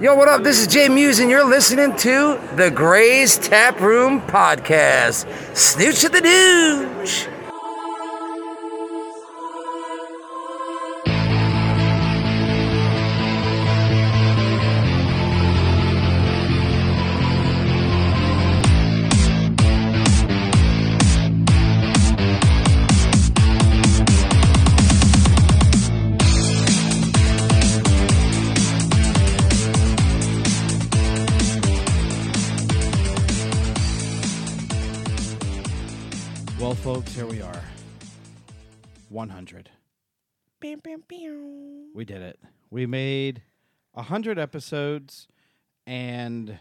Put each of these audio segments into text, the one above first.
Yo, what up? This is Jay Muse, and you're listening to the Gray's Tap Room Podcast. Snooch of the Dooch. Well, folks, here we are. 100. We did it. We made 100 episodes, and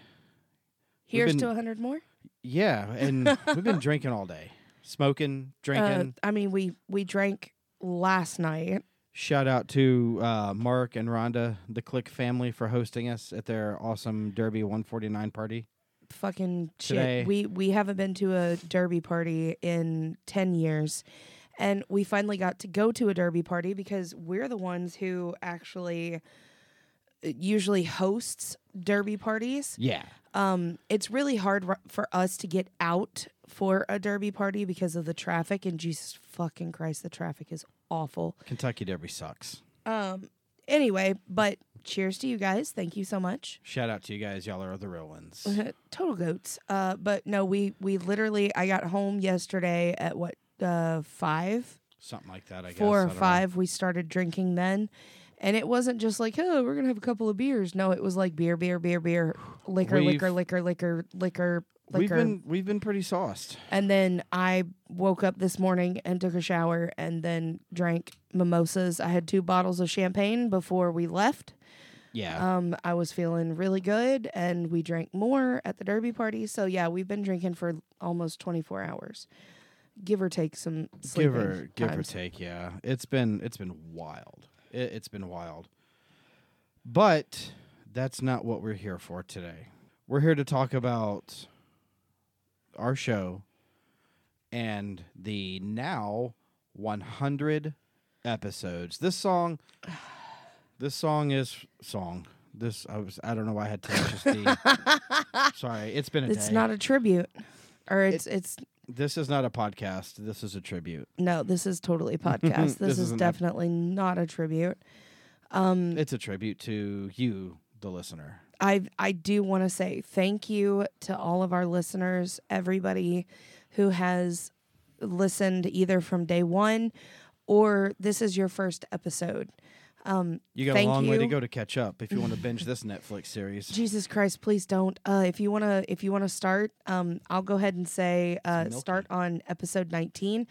Here's been- to a 100 more. yeah, and we've been drinking all day, smoking, Uh, drinking. I mean, we we drank last night. Shout out to uh, Mark and Rhonda, the Click family, for hosting us at their awesome Derby 149 party. Fucking shit. Today. We we haven't been to a derby party in 10 years. And we finally got to go to a derby party because we're the ones who actually uh, usually hosts derby parties. Yeah. Um, it's really hard r- for us to get out for a derby party because of the traffic. And Jesus fucking Christ, the traffic is awful. Kentucky Derby sucks. Um. Anyway, but cheers to you guys. Thank you so much. Shout out to you guys. Y'all are the real ones. Uh-huh. Total goats. Uh, but no, we we literally I got home yesterday at what uh five, Something like that, I guess. I four or don't know. five. We started drinking then, and it wasn't just like oh we're gonna have a couple of beers. No, it was like beer, beer, beer, beer, liquor, liquor, We've- liquor, liquor, liquor, We've liquor. been, we've been pretty sauced. And then I woke up this morning and took a shower and then drank mimosas. I had two bottles of champagne before we left. Yeah. Um, I was feeling really good, and we drank more at the derby party. So yeah, we've been drinking for almost 24 hours, give or take some sleeping give or give or times. take yeah it's been it's been wild it, it's been wild but that's not what we're here for today we're here to talk about our show and the now 100 episodes this song this song is song this i was i don't know why i had THSD. sorry it's been a It's day not a tribute, or it's it's this is not a podcast this is a tribute no. This is totally podcast. This this, is isn't that- definitely not a tribute. It's a tribute to you, the listener. I I do want to say thank you to all of our listeners, everybody who has listened either from day one or this is your first episode. You got Thank a long way to you. go to catch up if you want to binge this Netflix series. Jesus Christ, please don't. Uh, if you wanna, if you wanna start, um, I'll go ahead and say uh, start on episode nineteen.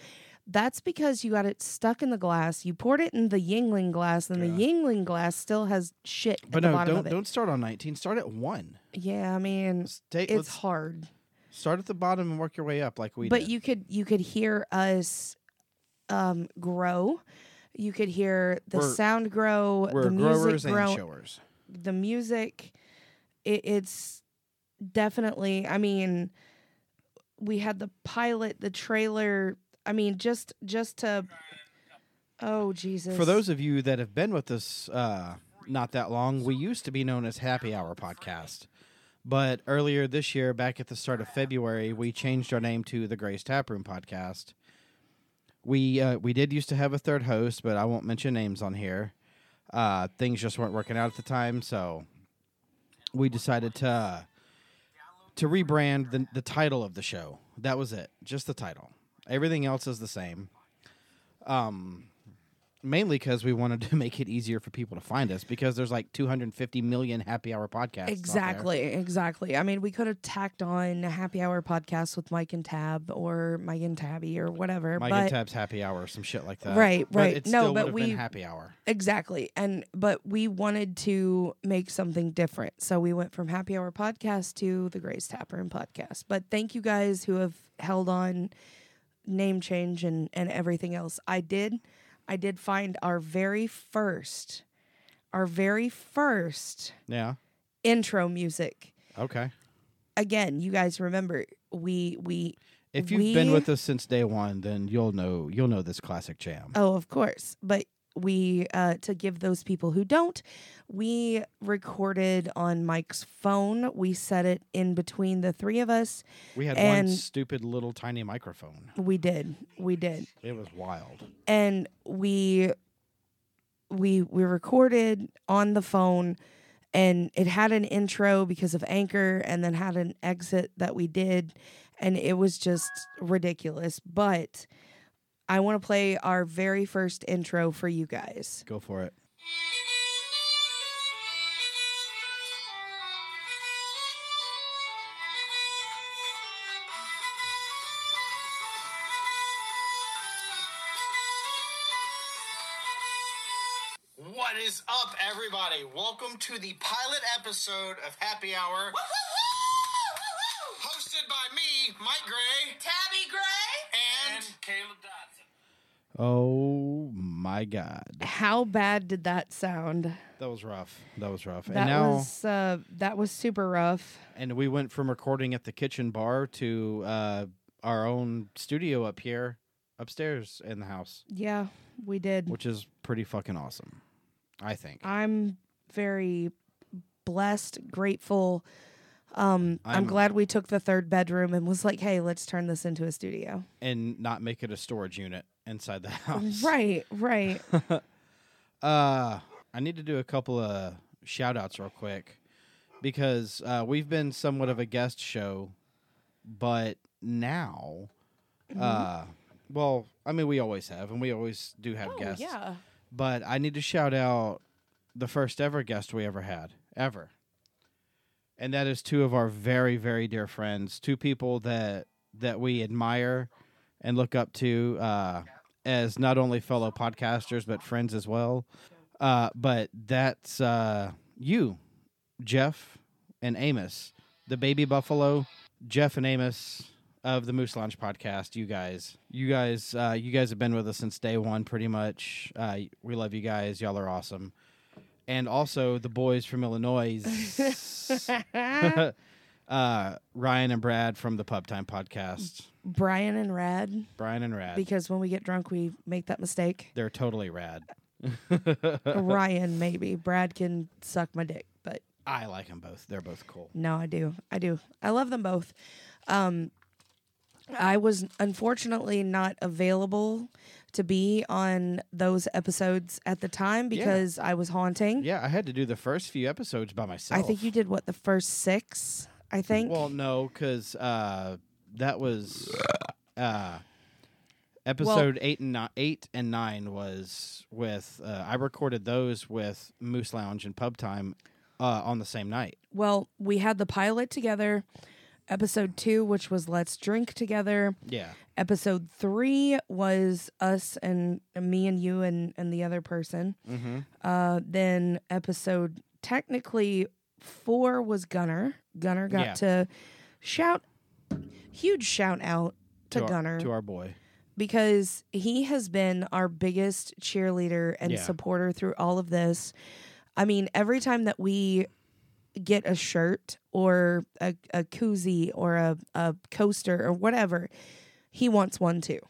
That's because you got it stuck in the glass. You poured it in the Yingling glass, and the Yingling glass still has shit at But the no, bottom don't of it. don't start on 19. Start at one. Yeah, I mean, Stay, it's let's hard. start at the bottom and work your way up like we but did. you could you could hear us um, grow. You could hear the We're- sound grow, We're the growers music grow, and showers. the music it, it's definitely i mean we had the pilot the trailer i mean just just to oh jesus For those of you that have been with us uh, not that long, we used to be known as Happy Hour Podcast. But earlier this year, back at the start of February, we changed our name to the Grace Taproom Podcast. We uh, we did used to have a third host, but I won't mention names on here. Uh, things just weren't working out at the time, so we decided to to rebrand the, the title of the show. That was it, just the title. Everything else is the same Um, mainly because we wanted to make it easier for people to find us because there's like 250 million happy hour podcasts. out there. exactly exactly i mean we could have tacked on a happy hour podcast with mike and tab or mike and tabby or whatever Mike but and Tab's happy hour, some shit like that. Right, But right. it No, still but would have been we- happy hour. Exactly. And but we wanted to make something different. So we went from Happy Hour podcast to the Grace Tapper and podcast. But thank you guys who have held on name change and and everything else. I did I did find our very first our very first Yeah. intro music. Okay. Again, you guys remember we we If you've been We- with us since day one, then you'll know you'll know this classic jam. Oh, of course. But we uh, to give those people who don't, we recorded on Mike's phone. We set it in between the three of us. We had And- one stupid little tiny microphone. We did, we did, It was wild. and we we we recorded on the phone. And it had an intro because of Anchor, and then had an exit that we did, and it was just ridiculous. But I want to play our very first intro for you guys. Go for it. What is up, everybody? Welcome to the pilot episode of Happy Hour, hosted by me, Mike Gray, Tabby Gray? and Caleb Dodson. Oh my god, How bad did that sound? that was rough. That was rough. That and now, was uh, that was super rough. and we went from recording at the kitchen bar to uh, our own studio up here, upstairs in the house, Yeah, we did. which is pretty fucking awesome. I think. I'm very blessed, grateful. Um, I'm, I'm- glad we took the third bedroom and was like, "Hey, let's turn this into a studio." and not make it a storage unit inside the house. Right, right. Uh, I need to do a couple of shout outs real quick because uh, we've been somewhat of a guest show, but now, uh, well, I mean, we always have, and we always do have Oh, guests. But I need to shout out the first ever guest we ever had, ever. And that is two of our very, very dear friends, two people that that we admire and look up to uh, as not only fellow podcasters but friends as well. Uh, but that's uh, you, Jeff and Amos, the baby buffalo, Jeff and Amos of the Moose Lounge podcast. You guys, you guys, uh, you guys have been with us since day one, pretty much. Uh, we love you guys. Y'all are awesome. And also the boys from Illinois, uh, Ryan and Brad from the Pub Time podcast. Brian and Rad, Brian and Rad, because when we get drunk, we make that mistake. they're totally rad. Ryan, maybe Brad can suck my dick, but I like them both. They're both cool. No, I do. I do. I love them both. Um, I was unfortunately not available to be on those episodes at the time because I was haunting. Yeah, I had to do the first few episodes by myself. I think you did what the first six. I think. Well, no, because uh, that was uh, episode eight and nine. Eight and nine was with uh, I recorded those with Moose Lounge and Pub Time uh, on the same night. well, we had the pilot together. Episode two, which was let's drink together. Yeah, Episode three was us and me and you and and the other person. mm-hmm. Uh, then episode technically four was Gunner. Gunner got Yeah. to shout huge shout out to, our, Gunner to our boy. because he has been our biggest cheerleader and Yeah. supporter through all of this. I mean, every time that we get a shirt or a, a koozie or a, a coaster or whatever, he wants one too.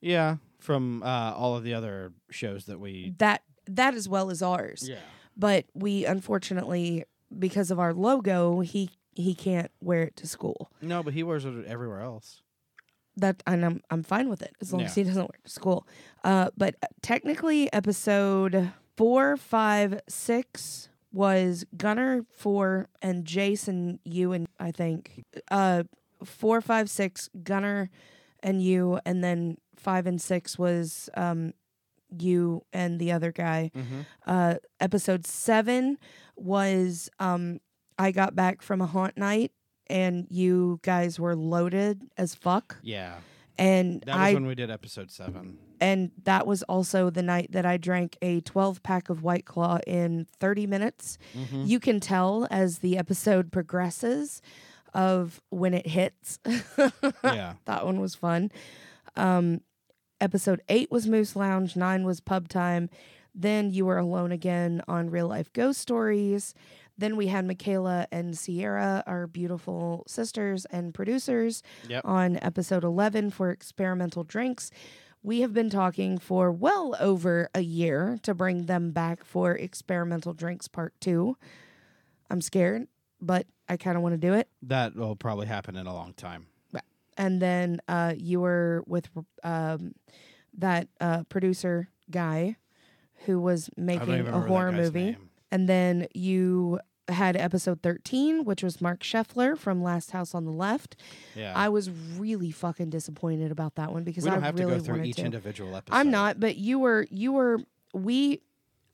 Yeah, from uh, all of the other shows that we. That that as well as ours. Yeah, but we unfortunately because of our logo he he can't wear it to school no, but he wears it everywhere else. that and i'm, I'm fine with it as long as Yeah. he doesn't wear it to school uh, but technically episode four five six was gunner four and jason you and i think uh four five six gunner and you and then five and six was um you and the other guy Mm-hmm. uh, episode seven was um, I got back from a haunt night and you guys were loaded as fuck Yeah, and that was I when we did episode seven. and that was also the night that I drank a 12 pack of white claw in 30 minutes Mm-hmm. you can tell as the episode progresses of when it hits yeah, that one was fun. Um, episode eight was Moose Lounge, nine was Pub Time. Then you were alone again on Real Life Ghost Stories. Then we had Michaela and Sierra, our beautiful sisters and producers, Yep. on episode 11 for Experimental Drinks. We have been talking for well over a year to bring them back for experimental drinks part two. I'm scared, but I kind of want to do it. That will probably happen in a long time. And then uh, you were with um, that uh, producer guy who was I making don't even a remember that horror guy's movie. name. And then you had episode 13, which was Mark Scheffler from Last House on the Left. Yeah, I was really fucking disappointed about that one because we don't I have really to go through wanted each to. individual episode. I'm not, but you were, you were, we,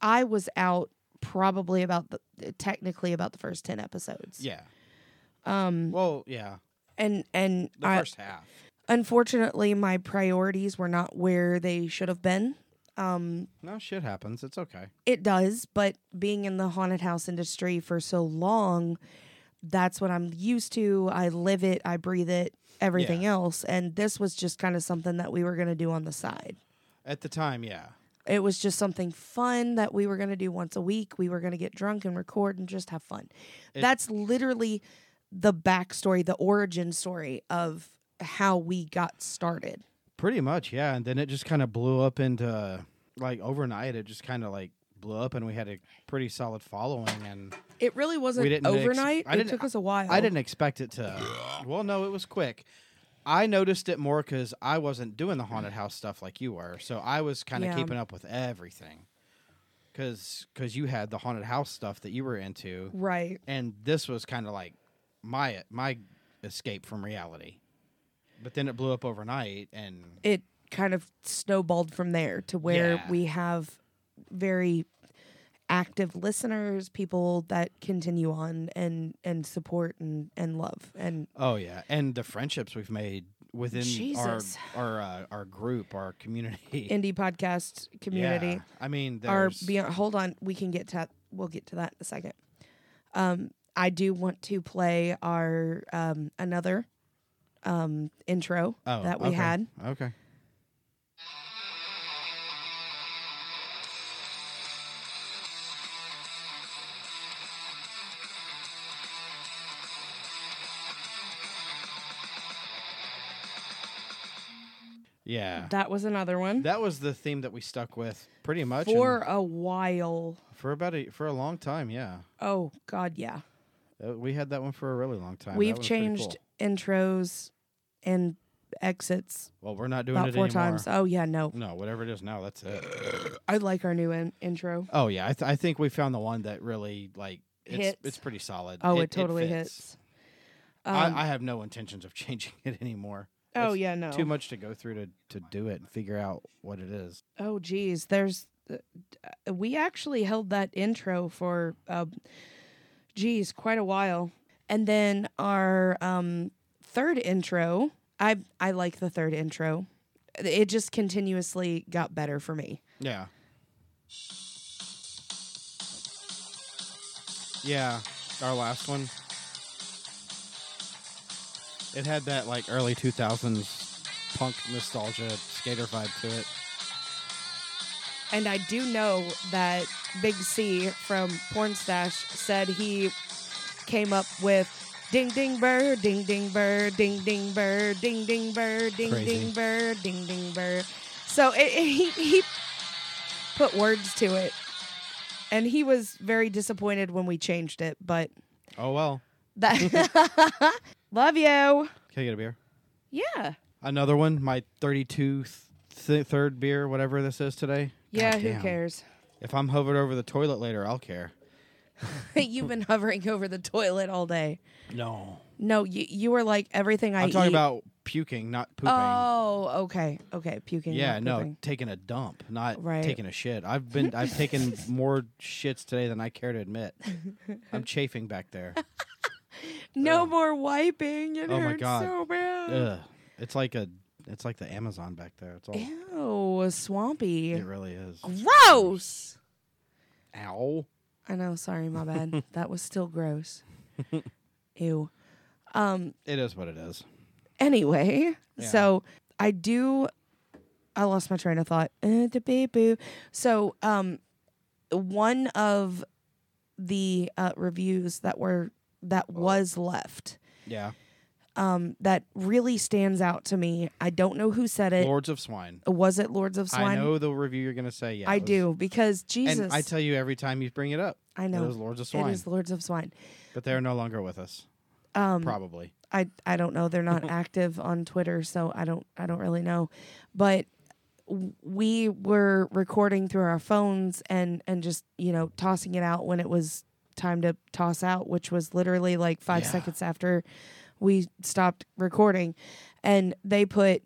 I was out probably about the, technically about the first 10 episodes. Yeah. Um, Well, yeah. and, and The I, first half. unfortunately, my priorities were not where they should have been. Um, No shit happens. It's okay. It does, but being in the haunted house industry for so long, that's what I'm used to. I live it, I breathe it, everything Yeah. else. And this was just kind of something that we were going to do on the side. At the time, yeah. It was just something fun that we were going to do once a week. We were going to get drunk and record and just have fun. It- that's literally the backstory, the origin story of how we got started. Pretty much, yeah. And then it just kind of blew up into like overnight. It just kind of like blew up, and we had a pretty solid following. And It really wasn't didn't ex- overnight. I it didn't- took us a while. I didn't expect it to. Well, no, it was quick. I noticed it more because I wasn't doing the haunted house stuff like you were, so I was kind of Yeah. keeping up with everything. Because you had the haunted house stuff that you were into, Right. and this was kind of like my my escape from reality. But then it blew up overnight, and it kind of snowballed from there to where Yeah. we have very active listeners, people that continue on and and support and and love and Oh yeah, and the friendships we've made within Jesus. our our uh, our group, our community, indie podcast community Yeah. I mean, are there's beyond. Hold on, we can get to we'll get to that in a second. Um, I do want to play our um another um intro oh, that we okay. had. Okay, yeah, That was another one that was the theme that we stuck with pretty much and for a while. for about a, for a long time. Yeah, Oh God, yeah. Uh, we had that one for a really long time. That We've one's pretty changed intros and exits cool. Well, we're not doing about it four anymore. times. Oh yeah, no. No, whatever it is now, that's it. I like our new in- intro. Oh yeah, I, th- I think we found the one that really like it's, Hits. it's pretty solid. Oh, it, totally fits. hits. Um, I, I have no intentions of changing it anymore. oh It's yeah, no. Too much to go through to to do it and figure out what it is. Oh geez, there's. Uh, d- we actually held that intro for, uh, geez, quite a while, and then our um, third intro. I I like the third intro. It just continuously got better for me. Yeah. Yeah, our last one. It had that like early 2000s punk nostalgia skater vibe to it. And I do know that Big C from Pornstash said he came up with ding ding bird, ding ding bird, ding ding bird, ding ding bird, ding Crazy. ding bird, ding ding bird. So it, it- he, he put words to it. And he was very disappointed when we changed it, but Oh well. that love you. Can I get a beer? Yeah. Another one, my 32th th- third beer, whatever this is today. Yeah, God who damn. cares? If I'm hovered over the toilet later, I'll care. You've been hovering over the toilet all day. No. No, you you were like everything I I'm talking eat. about puking, not pooping. Oh, okay, okay. Puking. yeah, not no, pooping. taking a dump, not Right. taking a shit. I've been I've taken more shits today than I care to admit. I'm chafing back there. No more wiping. It Oh my hurts God. so bad. Ugh. It's like a it's like the Amazon back there. It's all Ew, swampy. it really is. Gross. Ow. I know. Sorry, my bad. that was still gross. Ew. Um. It is what it is. Anyway, Yeah. so I do. I lost my train of thought. Uh, da bee boo. So, um, one of Oh. the uh, reviews that were that was left Yeah. um, that really stands out to me. I don't know who said it. Lords of Swine. was it Lords of I Swine? know the review you're gonna say. Yeah, I it was- do because Jesus, And I tell you every time you bring it up. I know it was Lords of it Swine, is Lords of Swine. but they are no longer with us. Um, Probably. I I don't know. They're not active on Twitter, so I don't I don't really know. But w- we were recording through our phones and and just you know tossing it out when it was time to toss out, which was literally like five Yeah. seconds after we stopped recording, and they put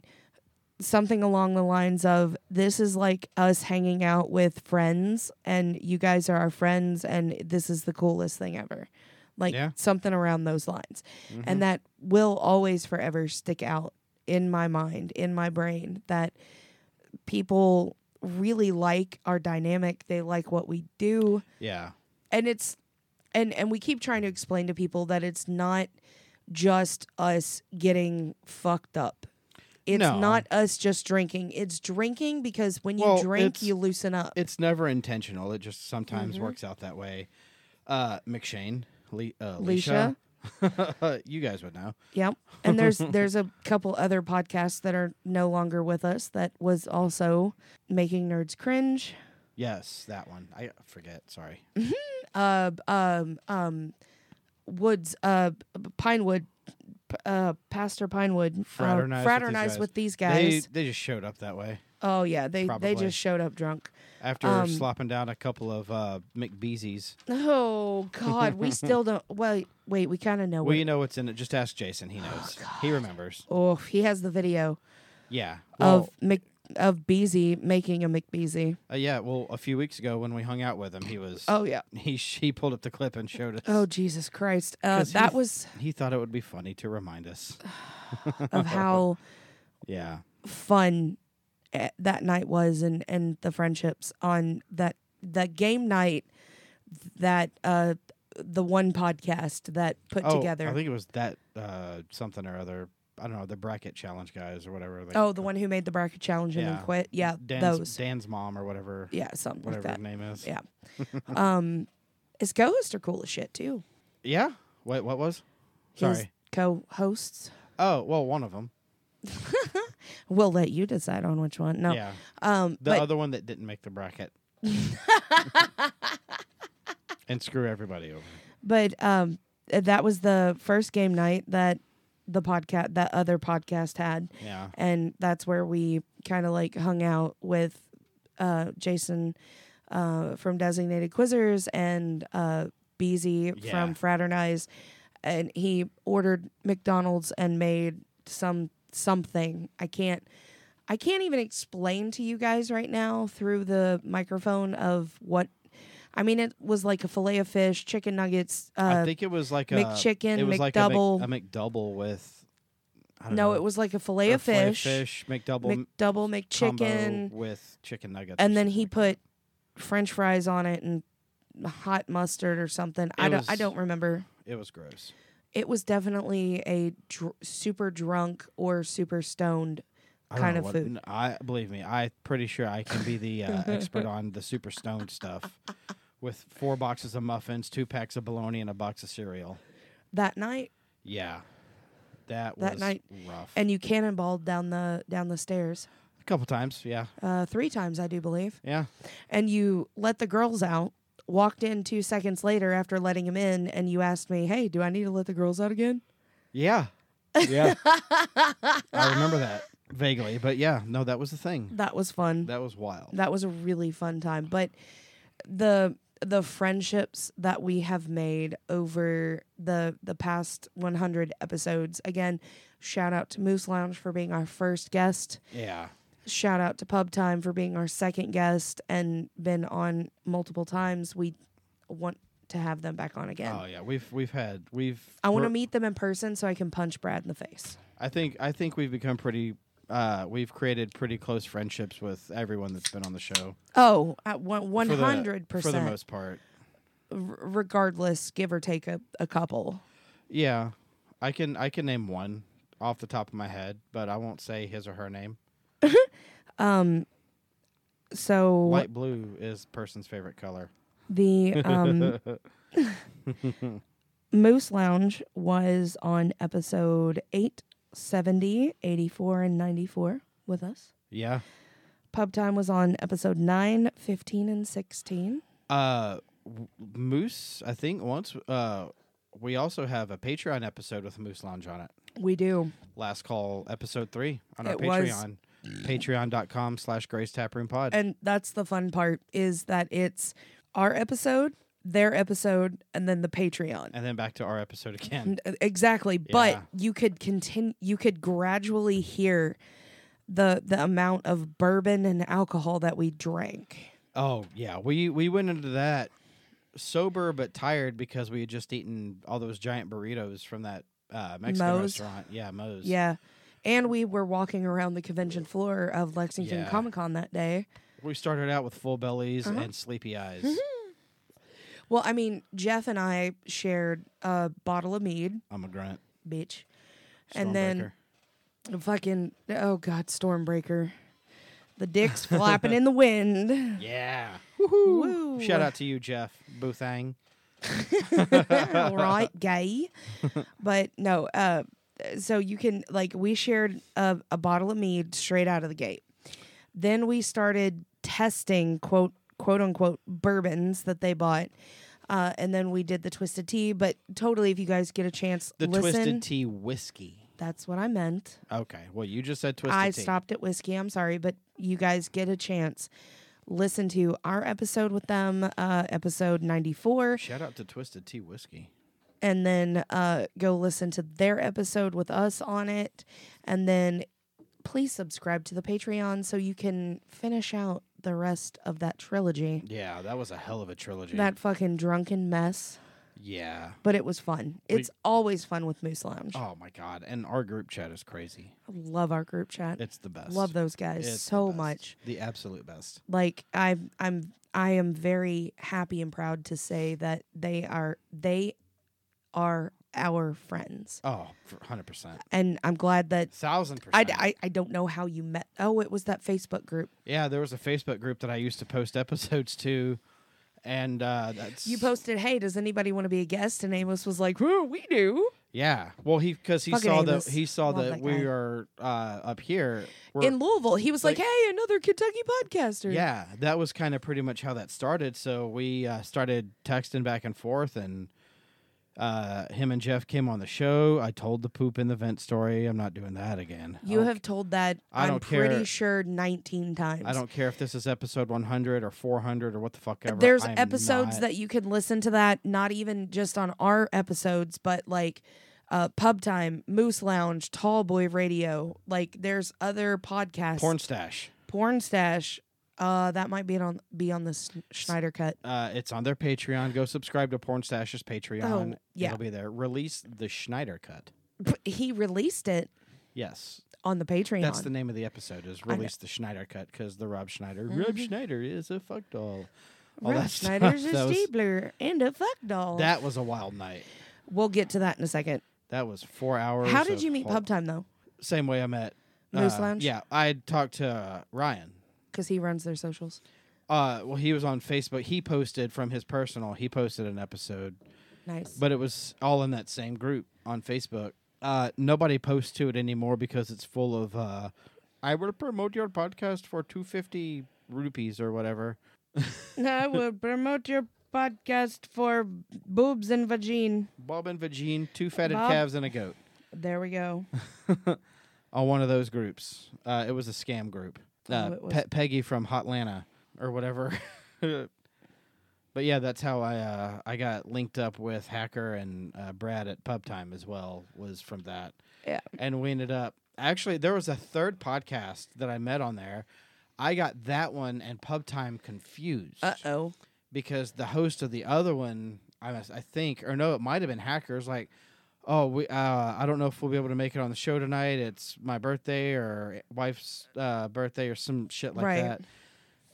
something along the lines of this is like us hanging out with friends and you guys are our friends and this is the coolest thing ever like Yeah. something around those lines and that will always forever stick out in my mind in my brain that people really like our dynamic they like what we do Yeah. and it's and and we keep trying to explain to people that it's not just us getting fucked up it's No. not us just drinking it's drinking because when you Well, drink it's- you loosen up It's never intentional. It just sometimes Mm-hmm. works out that way. Uh, McShane, Le- uh, Leisha, you guys would know. yep and there's there's a couple other podcasts that are no longer with us that was also making nerds cringe Yes, that one. I forget. Sorry. uh um um woods uh pinewood p- uh pastor pinewood Fraternize with uh, these fraternize guys. with these They guys they just showed up that way oh yeah they Probably. they just showed up drunk after Um, slopping down a couple of uh, McBeezies. Oh God, we still don't. Well, wait, we kind of know. Well, what you know what's in it. Just ask Jason. He knows. he remembers. oh, he has the video Yeah. Well, of Mc, of Beezy making a McBeezy. uh, yeah. Well, a few weeks ago when we hung out with him, he was. Oh yeah. He he pulled up the clip and showed us. Oh Jesus Christ, uh, 'Cause he that th- was He thought it would be funny to remind us. of how Yeah. fun eh, that night was, and and the friendships on that that game night that uh the one podcast that put oh, together. I think it was that uh, something or other. I don't know the bracket challenge guys or whatever. Like, oh, the one who made the bracket challenge and Yeah. then quit. Yeah, Dan's, those. Dan's mom or whatever. yeah, something Whatever like his name is. Yeah. that. um, his co-hosts are cool as shit too. Yeah? What what was? his Sorry. co-hosts. Oh well, one of them. We'll let you decide on which one. No, Yeah. um, The but other one that didn't make the bracket. and screw everybody over. but um, uh, that was the first game night that the podcast that other podcast had, Yeah. and that's where we kind of like hung out with uh, Jason uh, from Designated Quizzers and uh, Beezy Yeah. from Fraternize, and he ordered McDonald's and made some something. I can't. I can't even explain to you guys right now through the microphone of what. I mean, it was like a fillet of fish, chicken nuggets. I Uh, think it was like a McChicken, it was like McDouble. a, Mc, a McDouble with. I don't no, know, it was like a fillet or of filet fish, fish, McDouble, McDouble, combo McChicken, with chicken nuggets, or and then something he like that. put French fries on it and hot mustard or something. I It don't. I was- don't remember. It was gross. It was definitely a dr- super drunk or super stoned. I don't kind know of what- food. n- I believe me. I pretty sure I can be the uh, expert on the super stone stuff, with four boxes of muffins, two packs of bologna, and a box of cereal. That night, Yeah, that was That night- rough. and you cannonballed down the down the stairs a couple times, yeah, uh, three times, I do believe. yeah, And you let the girls out. Walked in two seconds later after letting him in, and you asked me, "Hey, do I need to let the girls out again?" yeah, yeah. I remember that vaguely, but yeah, no, that was the thing. That was fun. That was wild. that was a really fun time but the the friendships that we have made over the the past 100 episodes again shout out to moose lounge for being our first guest yeah, shout out to pub time for being our second guest and been on multiple times we want to have them back on again oh yeah. We've we've had we've. i want to we're- meet them in person so i can punch brad in the face I think I think we've become pretty. Uh, we've created pretty close friendships with everyone that's been on the show. oh at one, for the- 100% for the most part. r- regardless give or take a, a couple Yeah, I can I can name one off the top of my head, but I won't say his or her name. so Light blue is person's favorite color. the um Moose Lounge was on episode 870, 84, and 94 with us. Yeah. Pub Time was on episode 9, 15, and 16. Uh, w- Moose, I think once uh, we also have a Patreon episode with Moose Lounge on it. We do. Last call, episode three on our It was- Patreon. Patreon.com slash Grace Taproom Pod. And that's the fun part is that it's our episode, their episode, and then the Patreon. and then back to our episode again. N- Uh, Exactly, but Yeah. you could continue. You could gradually hear the the amount of bourbon and alcohol that we drank. Oh yeah, we we went into that sober but tired because we had just eaten all those giant burritos from that uh, Mexican Moe's? restaurant. Yeah, Moe's. Yeah, and we were walking around the convention floor of Lexington Yeah. Comic Con that day. We started out with full bellies Uh-huh. and sleepy eyes. Mm-hmm. Well, I mean, Jeff and I shared a bottle of mead, I'm a grunt. bitch, and then fucking oh god, Stormbreaker, the dicks flapping in the wind. Stormbreaker. yeah. Woo. Shout out to you, Jeff Boothang. all right, gay. But no, uh, so you can like we shared a, a bottle of mead straight out of the gate. Then we started testing quote quote unquote bourbons that they bought. Uh, and then we did the twisted tea, but totally, if you guys get a chance, The listen. Twisted Tea whiskey. That's what I meant. Okay. Well, you just said Twisted I Tea. stopped at whiskey. I'm sorry, but you guys get a chance. Listen to our episode with them, uh, episode 94. Shout out to Twisted Tea whiskey. and then uh, go listen to their episode with us on it. And then please subscribe to the Patreon so you can finish out the rest of that trilogy. Yeah, that was a hell of a trilogy. That fucking drunken mess, yeah. but it was fun. It's always fun with Moose Lounge. Oh my God. And our group chat is crazy. I love our group chat. It's the best. love those guys It's the so best. much. The absolute best. Like I I'm I am very happy and proud to say that they are they are our friends. Oh, for 100%. And I'm glad that Thousand I, percent. I, I don't know how you met. Oh, it was that Facebook group. yeah, there was a Facebook group that I used to post episodes to. And uh, that's. You posted, "Hey, does anybody want to be a guest?" And Amos was like, "Who we do?" Yeah. Well, he, because he Fucking saw that, Amos. he saw Love that, that we guy. are uh, up here. We're- In Louisville, he was like, "Hey, another Kentucky podcaster." yeah, that was kind of pretty much how that started. So we uh, started texting back and forth, and uh, him and Jeff came on the show. I told the poop in the vent story. I'm not doing that again. I you don't- have told that. I am don't pretty care. sure nineteen times. I don't care if this is episode 100 or 400 or what the fuck ever. There's I'm episodes not- that you can listen to that, not even just on our episodes, but like uh, Pub Time, Moose Lounge, Tall Boy Radio. Like there's other podcasts, porn stash. Porn Stash. Uh, that might be on be on the Schn- Schneider cut. Uh, it's on their Patreon. Go subscribe to Porn Stash's Patreon. Oh, yeah. It'll be there. Release the Schneider cut. But he released it Yes, on the Patreon. that's the name of the episode. Is release the Schneider cut because the Rob Schneider. Rob Schneider is a fuck doll. All Mm-hmm. Rob that stuff. Schneider's a oh, That was- Steebler and a fuck doll. That was a wild night. we'll get to that in a second. That was four hours. How did of you meet whole- Pub Time though? Same way I met Moose uh, Lounge? Yeah, I had talked to uh, Ryan. Because he runs their socials. Uh, well, he was on Facebook. He posted from his personal. He posted an episode, Nice. but it was all in that same group on Facebook. Uh, nobody posts to it anymore because it's full of. Uh, I will promote your podcast for two fifty rupees or whatever. I will promote your podcast for boobs and vagine. Bob and Vagine, two fatted Bob- calves and a goat. There we go. on one of those groups. Uh, it was a scam group. Uh, Oh, it was. Pe- Peggy from Hotlanta or whatever. but yeah, that's how I uh, I got linked up with Hacker and uh, Brad at Pub Time as well was from that. Yeah. And we ended up actually there was a third podcast that I met on there. I got that one and Pub Time confused Uh oh. because the host of the other one, I, must- I think, or no, it might have been Hackers. Like, oh, we, uh, I don't know if we'll be able to make it on the show tonight. It's my birthday or wife's uh, birthday or some shit like Right. that.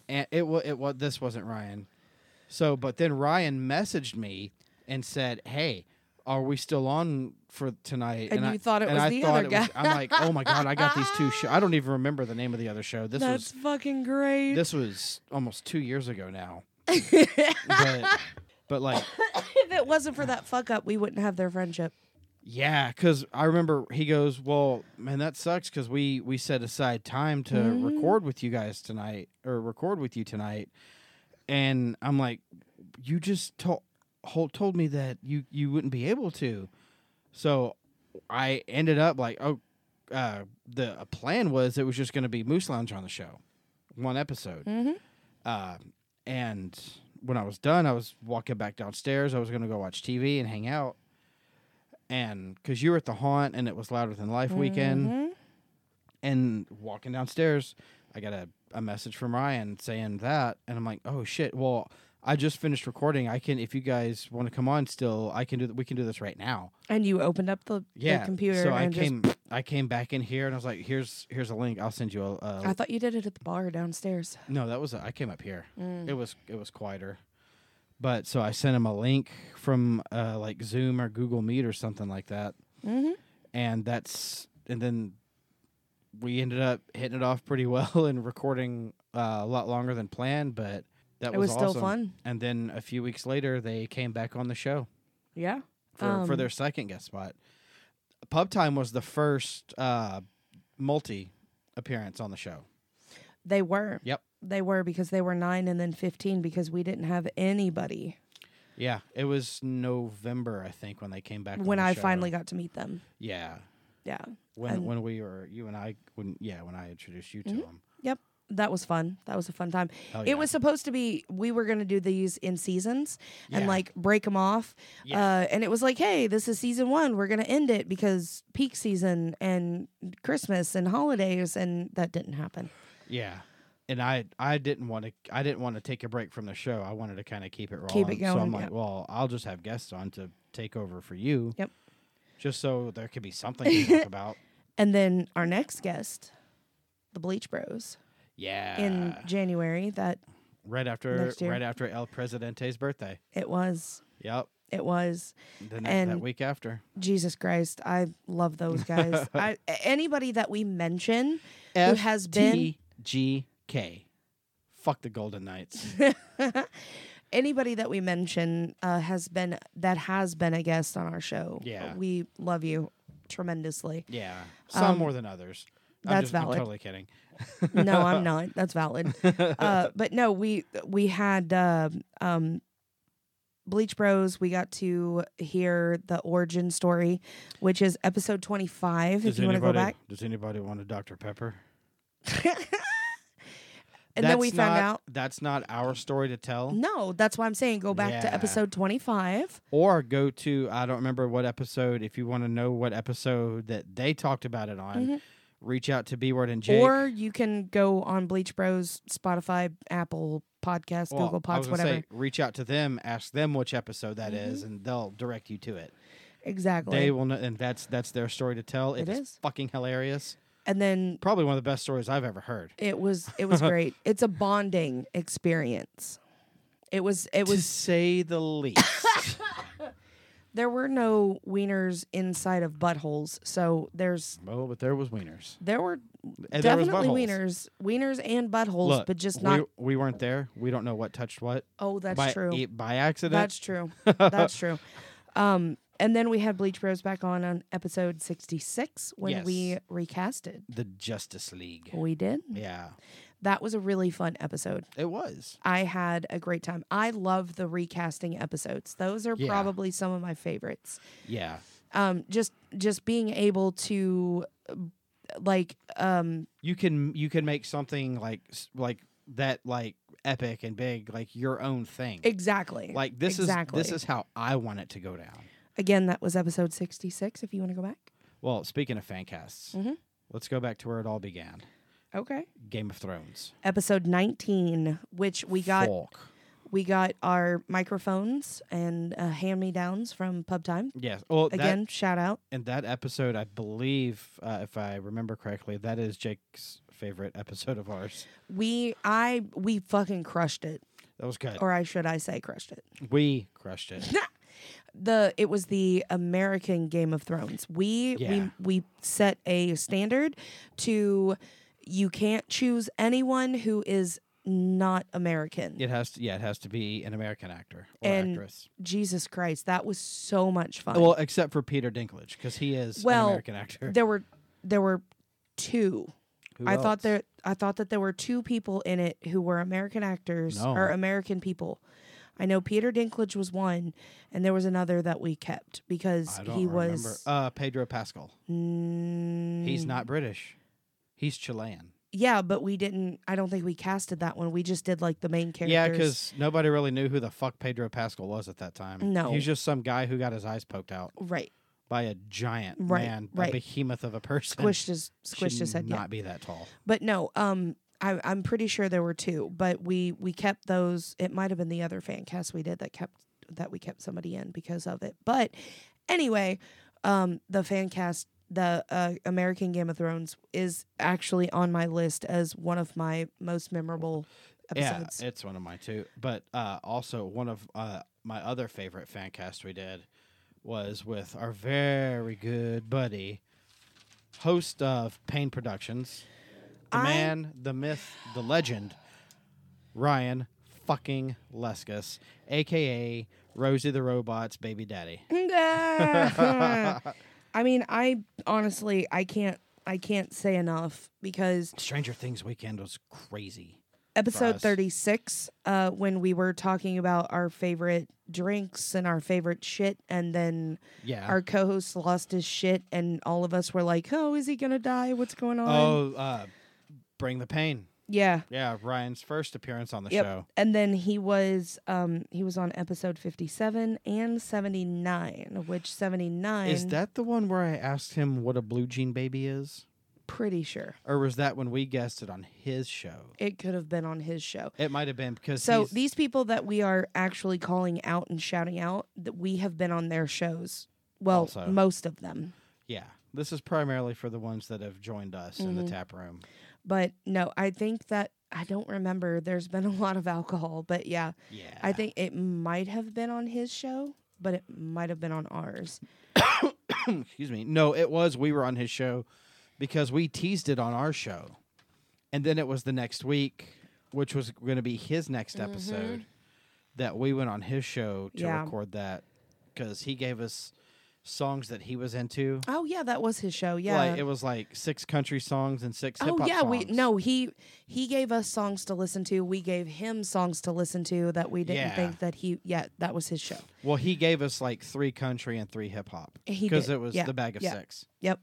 And it was it was this wasn't Ryan. So, but then Ryan messaged me and said, "Hey." Are we still on for tonight? And you thought it was the other guy. I'm like, oh my god, I got these two. Show- I don't even remember the name of the other show. This was That's fucking great. this was almost two years ago now. but But like, if it wasn't for that fuck up, we wouldn't have their friendship. yeah, because I remember he goes, "Well, man, that sucks because we we set aside time to record with you guys tonight or record with you tonight," and I'm like, "You just told told me that you you wouldn't be able to," so I ended up like, "Oh, uh, the a plan was it was just going to be Moose Lounge on the show, one episode." Uh, and when I was done, I was walking back downstairs. I was going to go watch TV and hang out. And because you were at the haunt and it was Louder Than Life Mm-hmm. weekend, and walking downstairs, I got a, a message from Ryan saying that. And I'm like, oh shit. Well, I just finished recording. I can, if you guys want to come on still, I can do th- We can do this right now. And you opened up the, Yeah. the computer So I and came, I came back in here and I was like, here's, here's a link. I'll send you a, a just. I thought you did it at the bar downstairs. no, that was I came up here. Mm. It was it was quieter. But so I sent him a link from uh, like Zoom or Google Meet or something like that. Mm-hmm. And that's and then we ended up hitting it off pretty well and recording uh, a lot longer than planned, but that It was, was still awesome. fun. And then a few weeks later, they came back on the show Yeah. for, Um. for their second guest spot. Pub Time was the first uh, multi appearance on the show. They were. Yep. They were because they were nine and then 15 because we didn't have anybody Yeah, it was November, I think, when they came back. when on the I show. finally got to meet them. yeah, Yeah. when And- Mm-hmm. when we were you and I when yeah when I introduced you to them. Yep. That was fun. That was a fun time. Hell yeah. It was supposed to be we were going to do these in seasons Yeah. and like break them off. Yeah. Uh, and it was like, hey, this is season one. We're going to end it because peak season and Christmas and holidays, and that didn't happen. Yeah, and I I didn't want to I didn't want to take a break from the show. I wanted to kind of keep it rolling. Keep it So I'm going, like, yep. well, I'll just have guests on to take over for you. Yep. Just so there could be something to talk about. And then our next guest, the Bleach Bros, Yeah. in January. That right after next year. right after El Presidente's birthday. it was. Yep. It was. The next, that And- week after. Jesus Christ, I love those guys. I, anybody that we mention who has been FTGK. Fuck the Golden Knights. anybody that we mention uh, has been that has been a guest on our show. Yeah. we love you tremendously. Yeah, some more than others. I'm Um, that's just, I'm valid. totally kidding. No, I'm not. That's valid. Uh, but no, we we had uh, um, Bleach Bros. We got to hear the origin story, which is episode 25. if you want to go back, does anybody want a Dr Pepper? and then we found out. that's not our story to tell. No, that's why I'm saying go back Yeah. to episode 25. Or go to I don't remember what episode. If you want to know what episode that they talked about it on, reach out to B Word and Jake. Mm-hmm. Or you can go on Bleach Bros, Spotify, Apple Podcast, Well, Google I was Pods, gonna whatever. Mm-hmm. Say, reach out to them, ask them which episode that is, and they'll direct you to it. exactly. They will, know, and that's that's their story to tell. It It is, is. fucking hilarious. and then Probably one of the best stories I've ever heard. it was it was great. It's a bonding experience. It was it to was say the least. there were no wieners inside of buttholes, so there's well, Oh, but there was wieners. there were And there was definitely buttholes. wieners, wieners and buttholes, Look, but just we- not. We, weren't there. We don't know what touched what. oh, that's by, true. e- by accident. That's true. That's true. Um, and then we had Bleach Bros back on on episode sixty six when Yes. we recasted. the Justice League. We did. Yeah, That was a really fun episode. it was. I had a great time. I love the recasting episodes. Those are Yeah. probably some of my favorites. Yeah, Um, just just being able to uh, like um you can you can make something like s- like that like epic and big like your own thing. exactly like this exactly. is this is how I want it to go down. again that was episode 66 if you want to go back Well, speaking of fan casts, Mm-hmm. let's go back to where it all began. okay Game of Thrones. episode 19 which we got Fuck. we got our microphones and uh, hand me downs from pub time Yes. Well, again again, shout out and that episode, I believe, uh, if I remember correctly, that is Jake's favorite episode of ours. we i we fucking crushed it That was good. or i should i say crushed it We crushed it. the it was the American Game of Thrones. We Yeah. we we set a standard to you can't choose anyone who is not American. It has to, yeah, it has to be an American actor or And- actress. Jesus Christ, that was so much fun. Well, except for Peter Dinklage because he is Well, an American actor. there were there were two. Who I thought else? there I thought that there were two people in it who were American actors No. or American people. I know Peter Dinklage was one, and there was another that we kept because I don't he remember. was. uh, Pedro Pascal. He's Mm, not British. He's Chilean. Yeah, but we didn't. I don't think we casted that one. We just did like the main characters. Yeah, because nobody really knew who the fuck Pedro Pascal was at that time. No. he's just some guy who got his eyes poked out right, by a giant Right, man, right. a behemoth of a person. squished his squished Should his head. Not Yeah, be that tall. but no. Um, I, I'm pretty sure there were two, but we we kept those. It might have been the other fan cast we did that kept that we kept somebody in because of it. But anyway, um, the fan cast, the uh, American Game of Thrones, is actually on my list as one of my most memorable episodes. Yeah, it's one of my two. But uh, also one of uh, my other favorite fan cast we did was with our very good buddy, host of Pain Productions, the I- man, the myth, the legend, Ryan fucking Leskus, aka Rosie the Robot's baby daddy. I mean, I honestly, I can't, I can't say enough because Stranger Things weekend was crazy. episode us. 36 uh when we were talking about our favorite drinks and our favorite shit and then Yeah. our co-host lost his shit and all of us were like oh is he gonna die what's going on oh, uh, Bring the Pain. yeah Yeah, Ryan's first appearance on the yep show. and then he was um he was on episode 57 and 79 which 79 Is that the one where I asked him what a blue jean baby is? pretty sure Or was that when we guessed it on his show? it could have been on his show It might have been because So he's- these people that we are actually calling out and shouting out that we have been on their shows. Well, Also. most of them. yeah, this is primarily for the ones that have joined us in Mm-hmm. the tap room. But no, I think that I don't remember. There's been a lot of alcohol, but yeah, Yeah, I think it might have been on his show, but it might have been on ours. excuse me. No, it was we were on his show because we teased it on our show, and then it was the next week, which was going to be his next episode, that we went on his show to Mm-hmm. Yeah. record that because he gave us songs that he was into. Oh yeah, that was his show. Yeah. Like it was like six country songs and six hip Oh hop yeah, songs. we no he he gave us songs to listen to. We gave him songs to listen to that we didn't Yeah. think that he. Yeah, that was his show. Well, he gave us like three country and three hip hop He because did, it was yeah, the bag of yeah. six. Yep,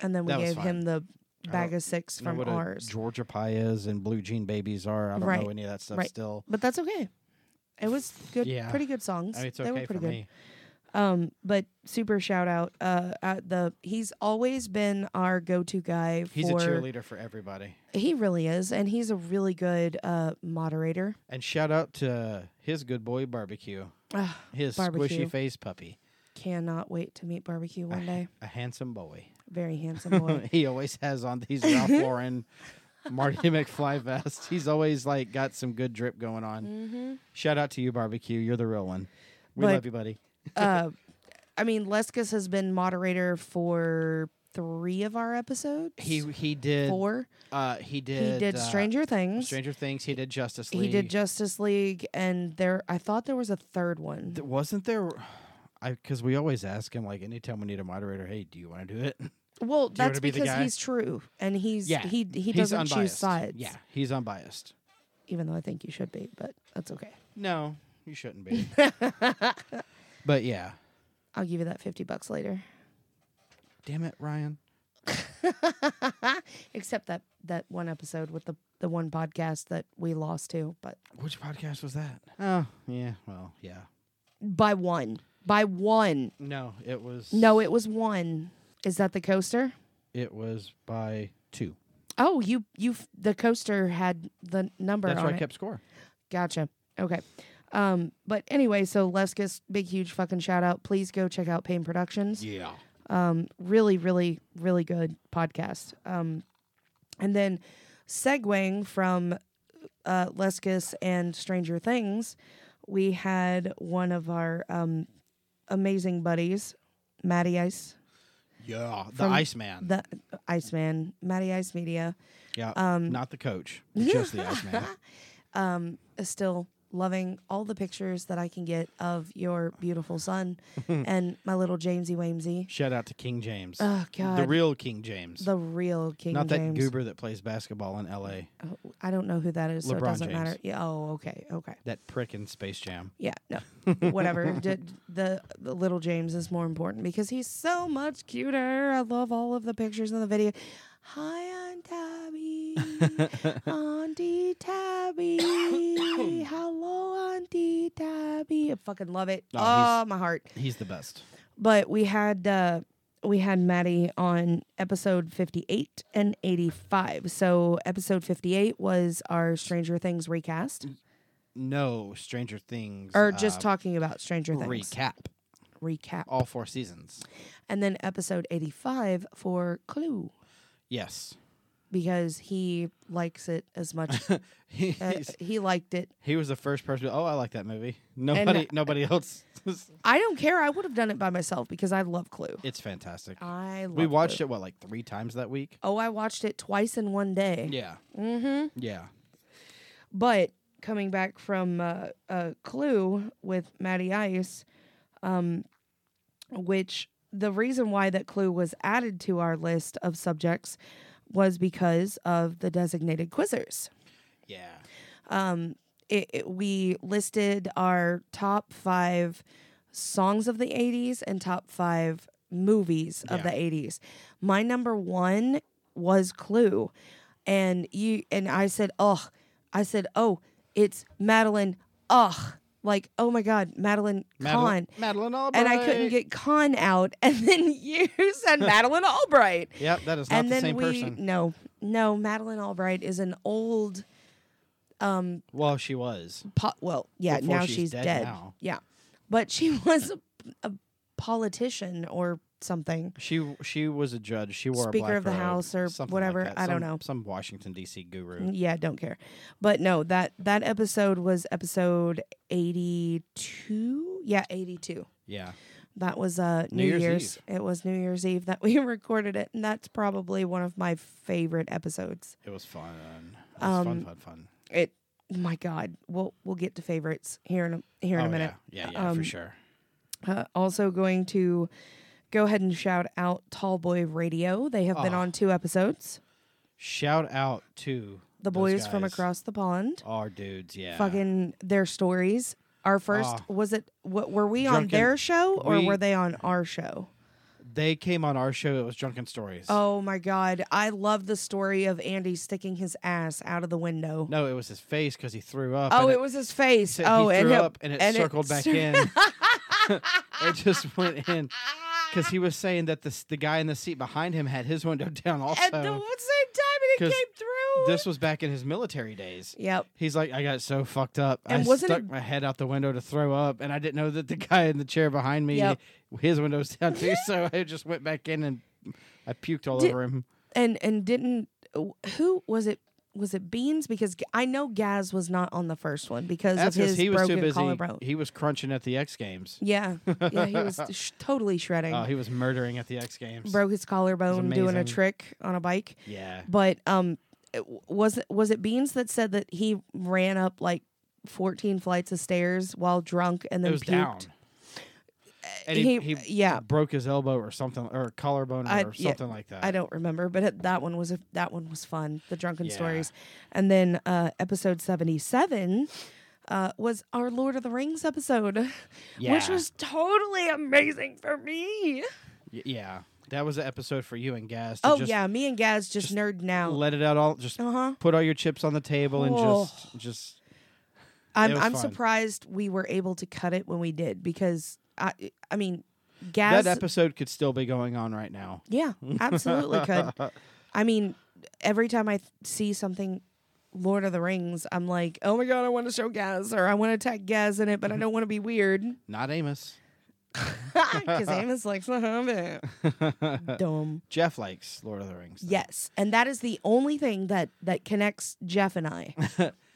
and then we That was gave fine. him the bag don't of six I don't from know what a ours. Georgia pie is and blue jean babies are. I don't Right, know any of that stuff right. still. but that's okay. It was good, Yeah. pretty good songs. I mean, it's they okay were for pretty good. me. Um, but super shout out. Uh, at the he's always been our go-to guy. He's for, a cheerleader for everybody. He really is, and he's a really good uh moderator. And shout out to his good boy barbecue, Ah, his Barbecue. squishy face puppy, cannot wait to meet barbecue one day. a handsome boy. Very handsome boy. he always has on these Ralph Mm-hmm. Lauren. Marty McFly vest. He's always like got some good drip going on. Shout out to you, barbecue. You're the real one. We Mm-hmm. But- love you, buddy. uh, I mean, Leskus has been moderator for three of our episodes. He he did four. Uh, he did. He did uh, Stranger Things. Stranger Things. He did Justice League. He did Justice League, and there I thought there was a third one. Th- wasn't there? I because we always ask him like anytime we need a moderator. Hey, do you want to do it? you Well, wanna that's be the because guy? he's true, and he's he he he's doesn't choose unbiased. sides. Yeah, he's unbiased. even though I think you should be, but that's okay. No, you shouldn't be. but yeah, I'll give you that fifty bucks later. damn it, Ryan. Except that that one episode with the the one podcast that we lost to, but Which podcast was that? Oh yeah, well yeah. by one, by one. No, it was No, it was one. Is that the coaster? It was by two. Oh, you you f- the coaster had the number That's on why I it. kept score. Gotcha. Okay. Um, but anyway, so Leskus, big huge fucking shout out. Please go check out Pain Productions. Yeah. Um, really, really, really good podcast. Um, and then segueing from uh, Leskus and Stranger Things, we had one of our um, amazing buddies, Matty Ice, Yeah. The From Iceman. the Iceman, Matty Ice Media. yeah. Um, not the coach. Just the Iceman. um, still loving all the pictures that I can get of your beautiful son and my little Jamesy Wamesy. Shout out to King James. Oh God, The real King James. The real King Not that James. goober that plays basketball in LA. Oh, I don't know who that is, so it LeBron doesn't James. matter. Yeah. Oh, okay, okay. That prick in Space Jam. Yeah, no, whatever. D- the, the little James is more important because he's so much cuter. I love all of the pictures in the video. Hi, Aunt Tabby. Auntie Tabby. Hello, Auntie Tabby. I fucking love it. Oh, he's- oh my heart He's the best. but we had uh, we had Maddie on episode 58 and 85. So episode 58 was our Stranger Things recast No Stranger Things. or just uh, talking about Stranger Things recap. recap. All four seasons. And then episode 85 for Clue Yes. because he likes it as much He- uh, he's- he liked it. he was the first person. Oh, I like that movie. Nobody, uh, nobody else. I don't care. I would have done it by myself because I love Clue. it's fantastic. I love We watched Clue. it what like three times that week. Oh, I watched it twice in one day. Yeah, Mhm. yeah. But coming back from uh, uh, Clue with Matty Ice, um, which the reason why that Clue was added to our list of subjects was because of the designated quizzers. Yeah. Um, it, it- we listed our top five songs of the 80s and top five movies of Yeah. the 80s. My number one was Clue. And you and I said, oh, I said, oh, it's Madeline. Ugh. Like, oh my God, Madeline, Madeline, Kahn. Madeline Albright. And I couldn't get Kahn out. And then you said Madeline Albright. Yep, that is not and the then same we person. no, no, Madeline Albright is an old Well, she was. po- well, yeah, Before now she's, she's dead. dead now. Yeah. But she was a, a politician or something. She she was a judge. She wore Speaker a black of the robe, House or something like whatever, that. I don't Some- know. Some Washington D.C. guru. Yeah, don't care. But no, that that episode was episode 82. Yeah, 82. Yeah. That was uh New, New Year's Year's. It was New Year's Eve that we recorded it, and that's probably one of my favorite episodes. It was fun. It was Um, fun, fun, fun. It my god, we'll we'll get to favorites here in a, here in oh, a minute. Yeah, yeah, yeah um, for sure. Uh, also going to go ahead and shout out Tallboy Radio. They have been Ah. on two episodes. Shout out to The those boys from guys. across the pond. Our dudes, yeah. Fucking their stories. Our first Ah. was it what were we on Drunken- their show or we- were they on our show? They came on our show. It was Drunken Stories. Oh my god, I love the story of Andy sticking his ass out of the window. No, it was his face because he threw up. Oh, and it was his face. said oh, he and threw it, up and it circled back in. it just went in because he was saying that this the guy in the seat behind him had his window down At the same time, also. and it 'Cause came through. This was back in his military days. yep. He's like, I got so fucked up. And I wasn't it- stuck my head out the window to throw up, and I didn't know that the guy in the chair behind me, Yep. his window's down too. so I just went back in and I puked all Did- over him. and and didn't uh, who was it was it beans because G- i know gaz was not on the first one because That's of because his he was broken too busy. collarbone He was crunching at the X Games. yeah yeah he was sh- totally shredding Oh, he was murdering at the X Games. broke his collarbone doing a amazing. trick on a bike Yeah. but um it w- was it was it beans that said that he ran up like 14 flights of stairs while drunk and It then was puked down. And he, he, yeah broke his elbow or something or collarbone I- or yeah, something like that. I don't remember, but it- that one was a, that one was fun. The drunken Yeah. stories, and then uh, episode seventy seven uh, was our Lord of the Rings episode, which Yeah. was totally amazing for me. Y- yeah. That was the episode for you and Gaz. To Oh just yeah, me and Gaz just, nerd now. Let it out all just Uh-huh. Oh. put all your chips on the table and just just I'm was I'm fun. surprised we were able to cut it when we did because I I mean Gaz that episode could still be going on right now. Yeah, absolutely could. I mean, every time I th- see something Lord of the Rings, I'm like, oh my god, I want to show Gaz or I want to tag Gaz in it, Mm-hmm. but I don't want to be weird Not Amos. because Amos likes to have it. Dumb. Jeff likes Lord of the Rings. Yes, and that is the only thing that that connects Jeff and I.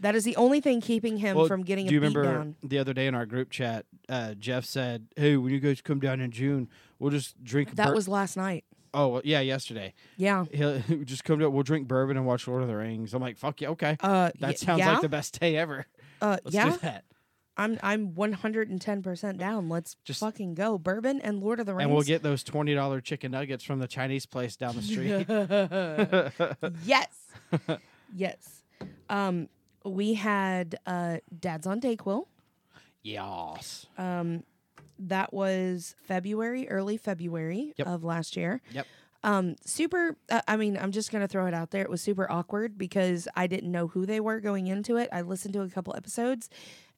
that is the only thing keeping him Well, from getting do you a beat remember down. the other day in our group chat uh, jeff said hey when you guys come down in june we'll just drink That bur- was last night. oh well, yeah, yesterday. Yeah. He'll he just come to we'll drink bourbon and watch Lord of the Rings. I'm like, fuck yeah, okay. Uh, y- that sounds yeah? like the best day ever. Uh, Let's yeah. do that. I'm I'm 110% down. Let's Just- fucking go. Bourbon and Lord of the Rings. And we'll get those twenty dollar chicken nuggets from the Chinese place down the street. yes. yes. Um, we had uh, Dad's on Dayquil. yes. Uh, That was February, early February Yep. of last year. Yep. Um, super. Uh, I mean, I'm just gonna throw it out there. It was super awkward because I didn't know who they were going into it. I listened to a couple episodes,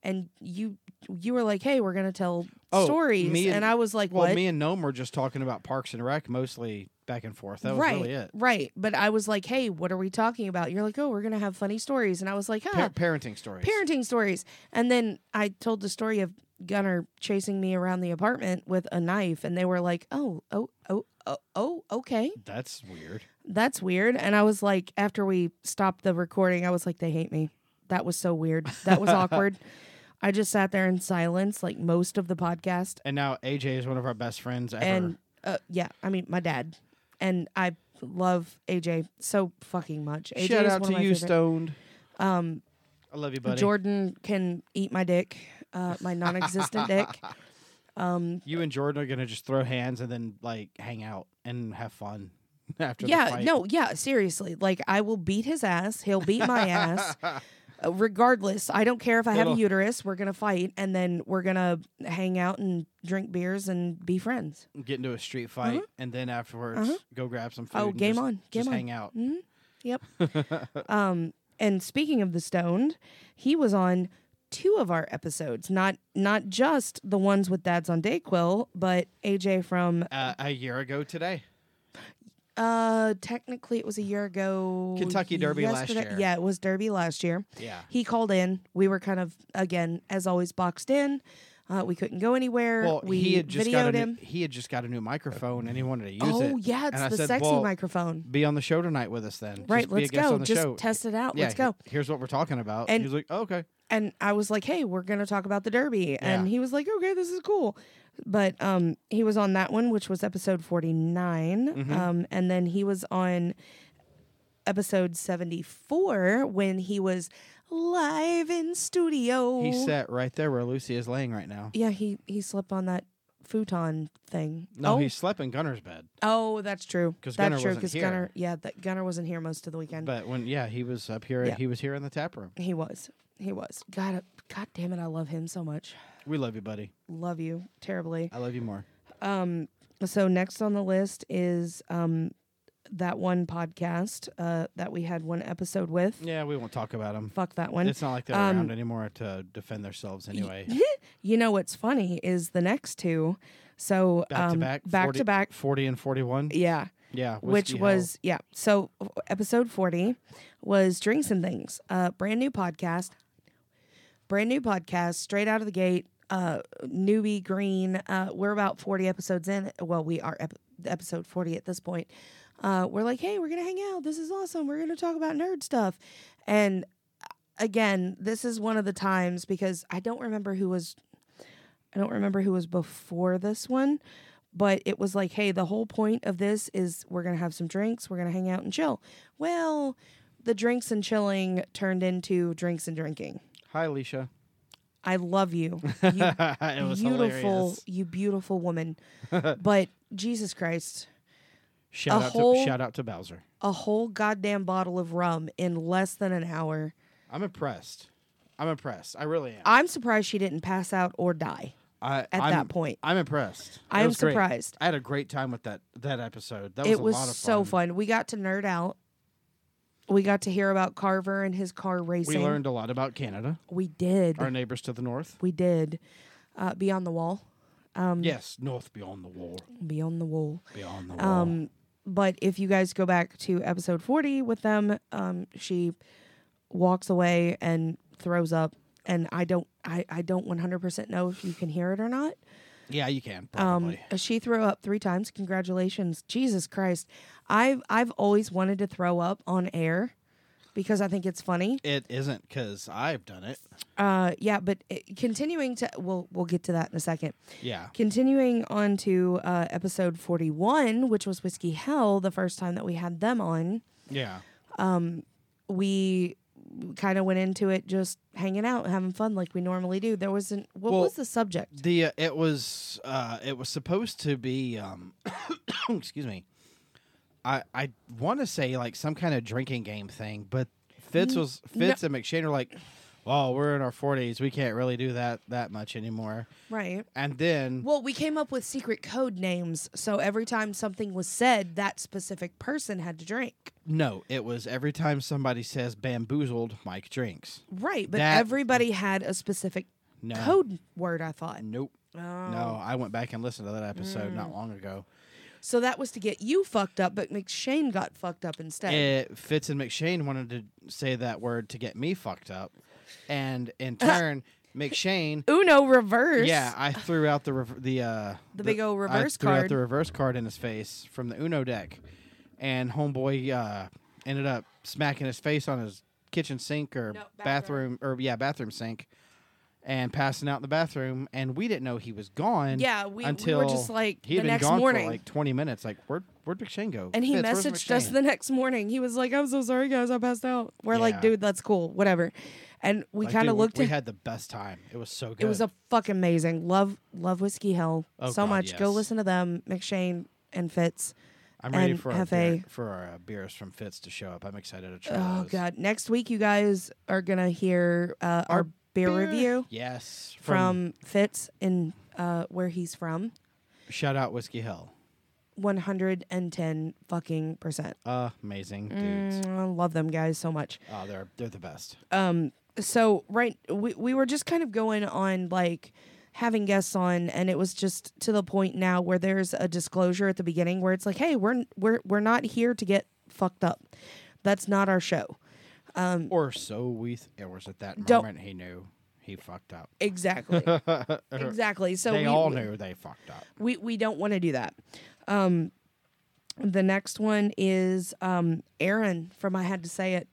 and you you were like, "Hey, we're gonna tell Oh, stories," me and, and- I was like, Well, "What?" me and Gnome were just talking about Parks and Rec mostly back and forth. That was right, really it. right. But I was like, "Hey, what are we talking about?" You're like, "Oh, we're gonna have funny stories," and I was like, "Ah, Pa- parenting stories. parenting stories." And then I told the story of Gunner chasing me around the apartment with a knife, and they were like, "Oh, oh, oh, oh, oh okay." That's weird. that's weird. And I was like, after we stopped the recording, I was like, they hate me. That was so weird. That was awkward. I just sat there in silence, like most of the podcast. And now AJ is one of our best friends ever. And uh, yeah, I mean, my dad. And I love AJ so fucking much. AJ Shout is out one of to my you, favorite- Stoned. Um, I love you, buddy. Jordan can eat my dick, uh, my non existent dick. you and Jordan are gonna just throw hands and then like hang out and have fun after. the Yeah, fight. no, yeah, seriously. Like, I will beat his ass. He'll beat my ass. Uh, Regardless, I don't care if I have It'll- a uterus. We're gonna fight, and then we're gonna hang out and drink beers and be friends. get into a street fight and then afterwards go grab some food. Mm-hmm. Oh, and game just- on, game just on. Mm-hmm. hang out. Yep. um, and speaking of the stoned, he was on two of our episodes. Not not just the ones with Dad's on Dayquil, but AJ from Uh, a year ago today, uh technically it was a year ago. Kentucky Derby last yesterday- year. Yeah, it was Derby last year. yeah. He called in. We were kind of again, as always, boxed in. Uh, we couldn't go anywhere. Well, we he had just videoed got a him. new, he had just got a new microphone and he wanted to use it. oh yeah, And I it's the said, sexy "Well, microphone. Be on the show tonight with us, then. Right, Just be a let's guest go. On the Just show. test it out. Yeah, let's go. he- Here's what we're talking about. And- And he's like, oh, okay. And I was like, "Hey, we're gonna talk about the Derby," and Yeah. he was like, "Okay, this is cool." But um, he was on that one, which was episode forty Mm-hmm. um, and then he was on episode seventy four when he was live in studio. He sat right there where Lucy is laying right now. "Yeah, he he slept on that futon thing." No, oh, he slept in Gunner's bed. Oh, that's true. 'Cause that's Gunnar true. wasn't here. Gunner, yeah, that Gunner wasn't here most of the weekend. But when yeah, he was up here. Yeah. He was here in the tap room. he was. He was. God, uh, God damn it, I love him so much. We love you, buddy. Love you terribly. I love you more. Um, so next on the list is um, that one podcast uh, that we had one episode with. Yeah, we won't talk about him. Fuck that one. It's not like they're Um, around anymore to defend themselves anyway. you know what's funny is the next two. So Back um, to back, back 40, to back. forty and forty-one. Yeah. Yeah, which Whiskey Hill. was yeah. So f- episode forty was drinks and things, uh, brand new podcast, brand new podcast, straight out of the gate, uh, newbie green. Uh, we're about forty episodes in. Well, we are ep- episode forty at this point. Uh, we're like, hey, we're gonna hang out. This is awesome. We're gonna talk about nerd stuff, and uh, again, this is one of the times because I don't remember who was I don't remember who was before this one, but it was like, hey, the whole point of this is we're going to have some drinks, we're going to hang out and chill. Well, the drinks and chilling turned into drinks and drinking. hi, Alicia. I love you. You it was beautiful, hilarious. you beautiful woman. but Jesus Christ, Shout a out whole- to shout out to Bowser. a whole goddamn bottle of rum in less than an hour. I'm impressed. I'm impressed. I really am. I'm surprised she didn't pass out or die. I, at that point. I'm impressed. It I am was great. surprised. I had a great time with that that episode. That was it a was lot of so fun. We got to nerd out. We got to hear about Carver and his car We racing. learned a lot about Canada, We did. our neighbors to the north. we did. Uh, beyond the wall. Um, yes, north beyond the wall, Beyond the wall. beyond the wall. Um, but if you guys go back to episode 40 with them, um, she walks away and throws up. And I don't, I, I don't 100% know if you can hear it or not. yeah, you can Um, probably. she threw up three times. Congratulations, Jesus Christ! I've I've always wanted to throw up on air. because I think it's funny. It isn't because I've done it. Uh, yeah, but uh, continuing to we'll we'll get to that in a second. Yeah. Continuing on to uh, episode forty one, which was Whiskey Hell, the first time that we had them on, Yeah. we kind of went into it just hanging out, having fun like we normally do. There wasn't what Well- was the subject? The uh, it was uh, it was supposed to be um, excuse me. I I want to say like some kind of drinking game thing, but Fitz was Fitz and McShane are like, "Oh, we're in our forties. We can't really do that that much anymore." Right. And then Well, we came up with secret code names, so every time something was said, that specific person had to drink. no, it was every time somebody says bamboozled, Mike drinks. Right, but That- everybody had a specific No. code word. I thought. Nope. No, I went back and listened to that episode not long ago. So that was to get you fucked up, but McShane got fucked up instead. it, Fitz and McShane wanted to say that word to get me fucked up, and in turn, McShane, Uno reverse. yeah, I threw out the rev- the uh, The big ol' I reverse threw out card. the reverse card in his face from the Uno deck, and homeboy uh, ended up smacking his face on his kitchen sink or No, bathroom. bathroom. or yeah bathroom sink. And passing out in the bathroom, and we didn't know he was gone. Yeah, we- we were until just like, he had the been next gone morning. for like twenty minutes. Like, where'd where'd McShane go? And he Fitz, where's messaged us McShane? the next morning. He was like, I'm so sorry, guys. I passed out. We're Yeah. like, dude, that's cool. Whatever. And we Like, kind dude, of we- looked We at had the best time. It was so good. it was a fucking amazing. Love love Whiskey Hell Oh, so God, much. Go yes. listen to them, McShane and Fitz. I'm ready and for our, have beer, a- for our uh, beers from Fitz to show up. I'm excited to try. Oh, those. God. Next week, you guys are going to hear uh, our, beer, review Yes, from, from Fitz in uh, where he's from. shout out Whiskey Hill. 110 fucking percent. amazing dudes. I love them guys so much. Oh, they're they're the best. Um, so right we, we were just kind of going on like having guests on and it was just to the point now where there's a disclosure at the beginning where it's like hey we're we're we're not here to get fucked up that's not our show or so we. Th- it was at that Don't- moment he knew he fucked up. exactly exactly so they we, all knew they fucked up. we we don't want to do that um the next one is um aaron from i had to say it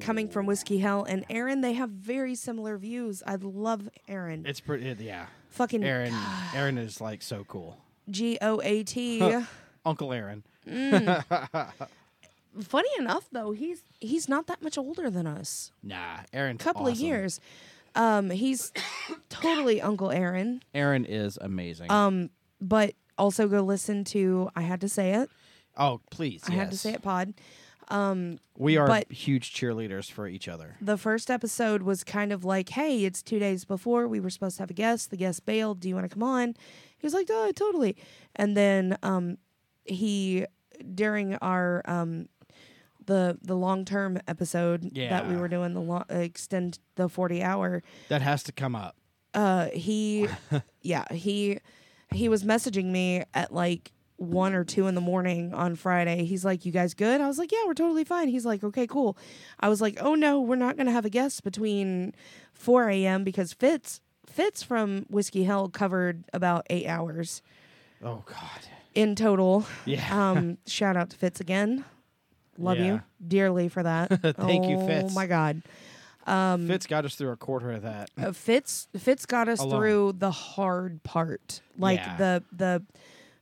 coming from whiskey hell and aaron they have very similar views i love aaron It's pretty. it- yeah, fucking Aaron. Aaron is like so cool. g-o-a-t Uncle Aaron. funny enough though he's he's not that much older than us Nah, Aaron. couple of years um he's totally uncle aaron Aaron is amazing. Um, but also go listen to i had to say it oh, please. i had to say it pod We are but- huge cheerleaders for each other. the first episode was kind of like hey it's two days before we were supposed to have a guest the guest bailed do you want to come on he was like oh totally and then um he during our um the the long term episode that we Yeah. were doing the long extend the 40 hour That has to come up. uh he yeah he he was messaging me at like one or two in the morning on friday he's like you guys good i was like yeah we're totally fine he's like okay cool i was like oh no we're not gonna have a guest between 4 a.m because fitz fitz from whiskey hell covered about eight hours Oh God. in total Yeah. um shout out to fitz again love Yeah. you dearly for that Thank you, oh Fitz. my god Um, Fitz got us through a quarter of that. Uh, Fitz Fitz got us Alone. through the hard part, like Yeah. the the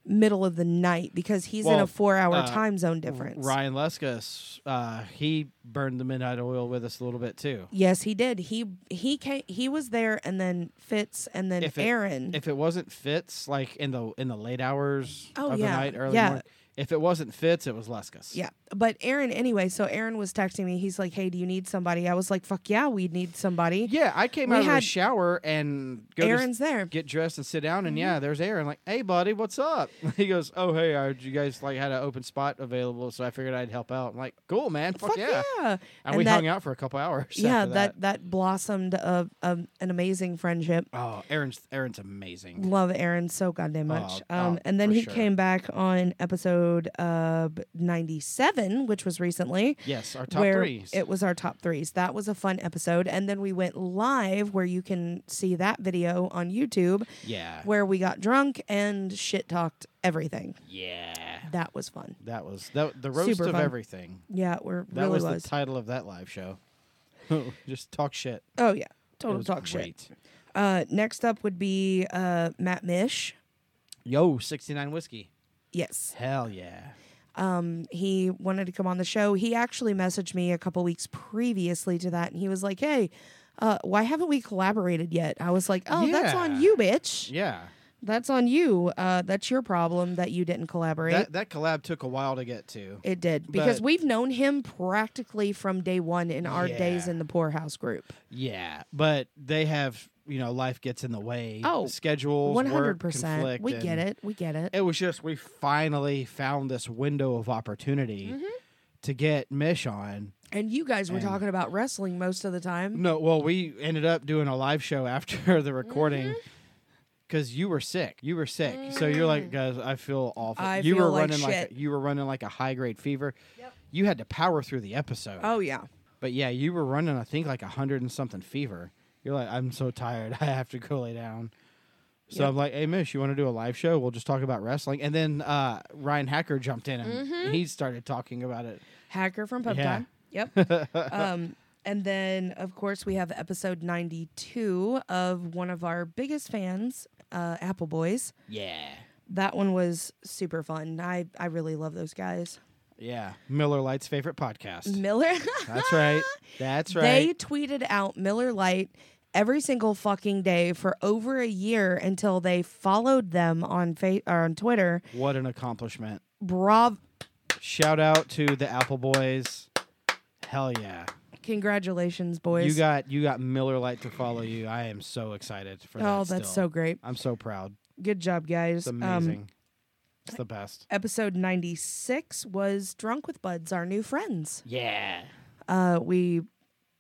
middle of the night because he's in Well, a four hour uh, time zone difference. Ryan Leskus, uh, he burned the midnight oil with us a little bit too. Yes, he did. He he came, he was there, and then Fitz, and then If it- Aaron. If it wasn't Fitz, like in the in the late hours Oh, of the yeah. night, early Yeah. morning. If it wasn't Fitz, it was Leskus. yeah, but Aaron anyway. So Aaron was texting me. He's like, "Hey, do you need somebody?" I was like, "Fuck yeah, we need somebody." Yeah, I came We out of the had- shower and go to Aaron's s- there. Mm-hmm. get dressed and sit down, and yeah, there's Aaron. Like, hey, buddy, what's up? He goes, oh, hey, I, you guys like had an open spot available, so I figured I'd help out. I'm like, cool, man, fuck, Fuck yeah. yeah. And, we that, hung out for a couple hours. Yeah, after that that blossomed a, a, an amazing friendship. Oh, Aaron's Aaron's amazing. Mm. love Aaron so goddamn much. Oh, um, oh, and then for he sure. came back on episode episode uh, 97, which was recently. Yes, our top where threes. It was our top threes. That was a fun episode. And then we went live where you can see that video on YouTube yeah. where we got drunk and shit talked everything. Yeah. That was fun. That was that the roast Super of fun. everything. Yeah, it were, That really was. was, the title of that live show. Oh, Just talk shit. oh, yeah. it Total was talk shit. great. Uh, next up would be uh, Matt Mish. Yo, 69 whiskey. Yes. Hell yeah. Um, he wanted to come on the show. He actually messaged me a couple weeks previously to that, and he was like, "Hey, uh, why haven't we collaborated yet?" I was like, "Oh, that's Yeah. on you, bitch. Yeah. That's on you. Uh, that's your problem that you didn't collaborate." That that collab took a while to get to. it did because but- we've known him practically from day one in our days Yeah. in the poorhouse group. Yeah, but they have, you know, life gets in the way. Oh, schedules, One hundred work, percent. conflict, We and get it. We get it. It was just we finally found this window of opportunity Mm-hmm. to get Mish on. And you guys were And- Mm. talking about wrestling most of the time. No, well, we ended up doing a live show after the recording Mm-hmm. because you were sick. You were sick, so you're like, guys, I feel awful. Mm. I you feel were like running like shit. a, you were running like a high grade fever. You had to power through the episode. Oh yeah. But yeah, you were running, I think, like a hundred and something fever. You're like, I'm so tired. I have to go lay down. So I'm like, hey, Mish, you want to do a live show? We'll just talk about wrestling. And then uh, Ryan Hacker jumped in and Mm-hmm. he started talking about it. Hacker from Pub Yeah. Time. Yep. um, and then, of course, we have episode 92 of one of our biggest fans, uh, Apple Boys. Yeah. That one was super fun. I, I really love those guys. Yeah. Miller Lite's favorite podcast. Miller, That's right. That's Ah, they right. tweeted out Miller Lite every single fucking day for over a year until they followed them on fa- or on Twitter. what an accomplishment. Brav, Shout out to the Apple Boys. Hell yeah. congratulations, boys. You got you got Miller Lite to follow you. I am so excited for that. oh, that's still. so great. Um, I'm so proud. Good job, guys. It's amazing. it's the best. episode 96 was drunk with buds our new friends Yeah. uh we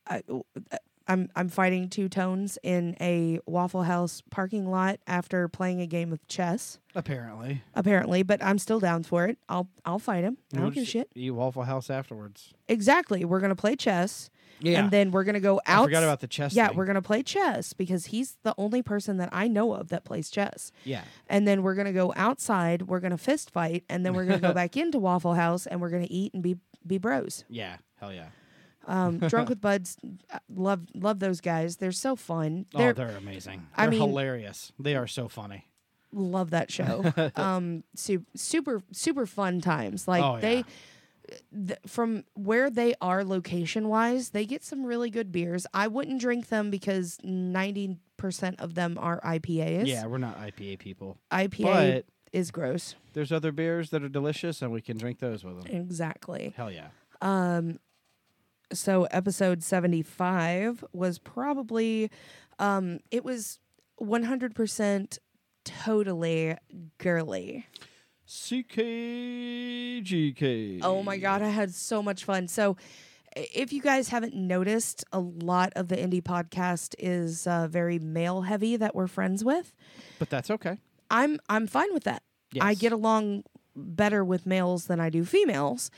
I, uh, i'm i'm fighting two tones in a waffle house parking lot after playing a game of chess Apparently. apparently but i'm still down for it i'll i'll fight him i We'll don't give a just shit Eat Waffle House afterwards. exactly we're gonna play chess Yeah. and then we're gonna go out I forgot about the chest. yeah thing. we're gonna play chess because he's the only person that i know of that plays chess yeah. and then we're gonna go outside. We're gonna fist fight, and then we're gonna go back into Waffle House, and we're gonna eat and be be bros. Yeah. Hell yeah. Um, Drunk with Buds, uh, love love those guys. They're so fun. They're, oh, they're amazing. I They're mean- hilarious. They are so funny. love that show. um, su- super super fun times. Like Oh, they. yeah. Th- from where they are location wise, they get some really good beers. I wouldn't drink them because 90% of them are IPAs. yeah, we're not IPA people. IPA But is gross. there's other beers that are delicious and we can drink those with them. Exactly. Hell yeah. so episode 75 was probably um it was 100% totally girly CKGK. oh my god i had so much fun so i- if you guys haven't noticed a lot of the indie podcast is uh, very male heavy that we're friends with But that's okay. i'm i'm fine with that i Yes. get along better with males than i do females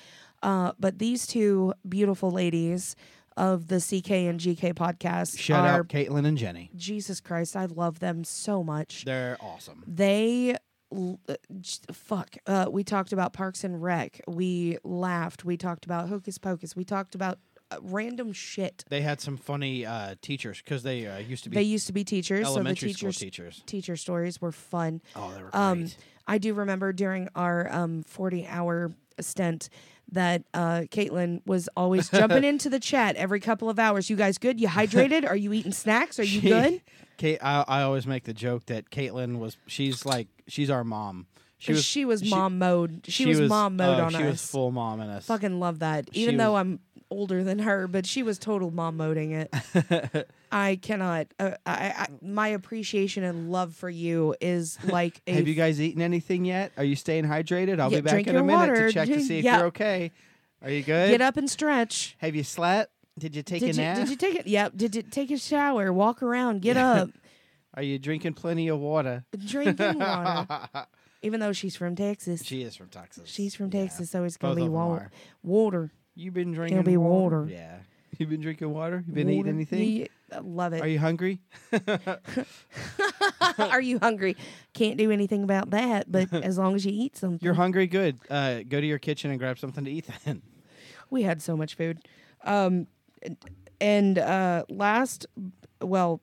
uh, but these two beautiful ladies of the CK and GK podcast Shout are out Caitlin and Jenny. Jesus Christ, I love them so much. They're awesome. They, l- uh, j- fuck. Uh, we talked about Parks and Rec. We laughed. We talked about Hocus Pocus. We talked about uh, random shit. They had some funny uh, teachers because they uh, used to be They used to be teachers, elementary so the teachers, school teachers. teacher stories were fun. Oh, they were great. Um, I do remember during our um, 40 hour stint that uh, Caitlin was always jumping into the chat every couple of hours. You guys good? You hydrated? Are you eating snacks? Are you She- good? Kate, I, I always make the joke that Caitlin was. She's like she's our mom. She was, mom mode. She, she was, mom mode oh, on she us. was full mom in us. Fucking love that. She Even though was- I'm older than her, but she was total mom moding it. I cannot. Uh, I, I my appreciation and love for you is like a Have you guys eaten anything yet? Are you staying hydrated? I'll Yeah, be back drink in a your minute water. to check to see if Yeah. you're okay. Are you good? get up and stretch. Have you slept? Did you take Did a you, nap? did you take it? Yep. Did you take a shower? Walk around. Get up. Are you drinking plenty of water? Drinking water. Even though she's from Texas, She is from Texas. she's from Yeah. Texas, so it's gonna Both be of 'em water. are. Water. You been drinking? be water. Yeah. You been drinking water? You been Water. eating anything? Ye- I love it. Are you hungry? Are you hungry? Can't do anything about that, but as long as you eat something. You're hungry. Good. Uh, go to your kitchen and grab something to eat. Then. we had so much food. Um, and- and uh, last, well,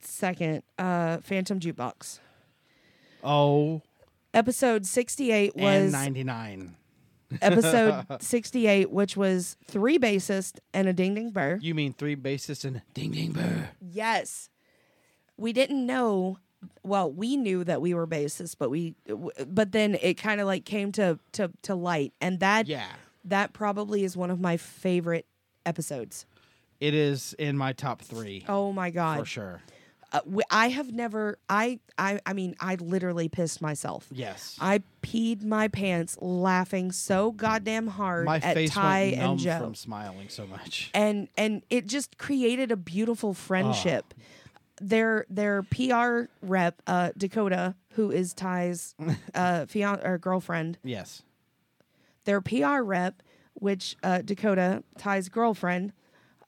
second, uh, Phantom Jukebox. Oh, Episode 68 and was ninety nine. episode 68, which was three bassists and a ding ding burr. You mean three bassists and ding ding burr? Yes. We didn't know. Well, we knew that we were bassists, but we, w- but then it kind of like came to to to light, and that Yeah. that probably is one of my favorite episodes. It is in my top three Oh my god, for sure. Uh, w- I have never. I I I mean, I literally pissed myself. Yes. I peed my pants laughing so goddamn hard my at face Ty went numb and Joe. from smiling so much. and and it just created a beautiful friendship. Ah. Their their PR rep uh, Dakota, who is Ty's uh, fian- or girlfriend, Yes. their PR rep, which uh, Dakota Ty's girlfriend,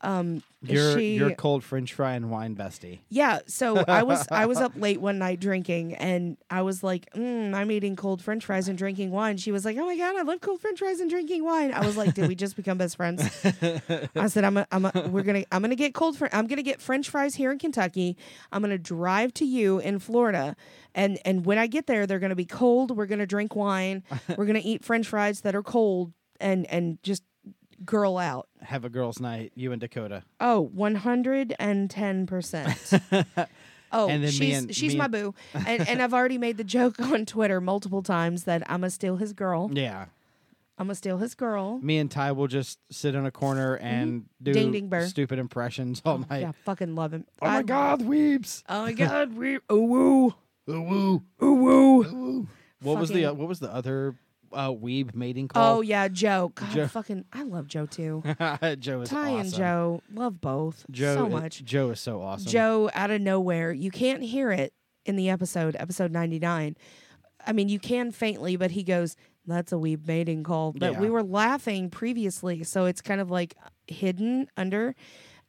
um, Your she- your cold French fry and wine bestie. Yeah, so I was I was up late one night drinking, and I was like, mm, I'm eating cold French fries and drinking wine. She was like, Oh my god, I love cold French fries and drinking wine. I was like, Did we just become best friends? I said, I'm a, I'm a, we're gonna I'm gonna get cold fr- I'm gonna get French fries here in Kentucky. I'm gonna drive to you in Florida, and and when I get there, they're gonna be cold. We're gonna drink wine. We're gonna eat French fries that are cold, and and just girl out. Have a girls' night. You and Dakota. Oh, 110%. oh, And then me she's and- she's me my and- boo. And, and I've already made the joke on Twitter multiple times that I'm going to steal his girl. Yeah. I'm going to steal his girl. Me and Ty will just sit in a corner and do Mm-hmm. Ding, ding, burr. stupid impressions all night. Yeah, fucking love him. Oh my I- God, Oh. weeps. Oh, my God. We, ooh, woo. Ooh, woo. Ooh, woo. What was the Fucking- uh, what was the other uh, weeb mating Oh, call? yeah, Joe. God, Joe. fucking, I love Joe too. yeah, Joe is Ty awesome. and Joe, love both Joe so i- much. Joe is so awesome. Joe out of nowhere. You can't hear it in the episode, episode 99. I mean, you can faintly, but he goes, That's a weeb mating call. But we Yeah. were laughing previously, so it's kind of like hidden under.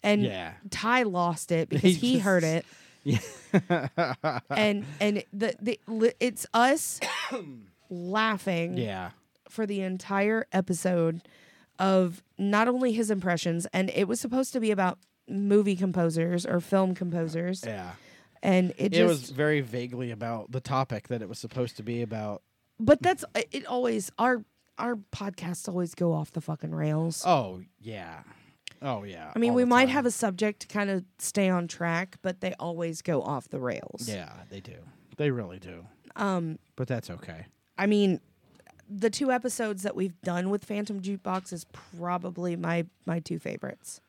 And Yeah. Ty lost it because he, just- uh, heard it. and and the, the li- it's us laughing Yeah. for the entire episode of not only his impressions and it was supposed to be about movie composers or film composers Yeah. and it just it was very vaguely about the topic that it was supposed to be about. but that's uh, it always our our podcasts always go off the fucking rails Oh yeah. Oh yeah. i mean we might have a subject to kind of stay on track but they always go off the rails Yeah, they do. They really do. Um But that's okay. i mean the two episodes that we've done with phantom jukebox is probably my my two favorites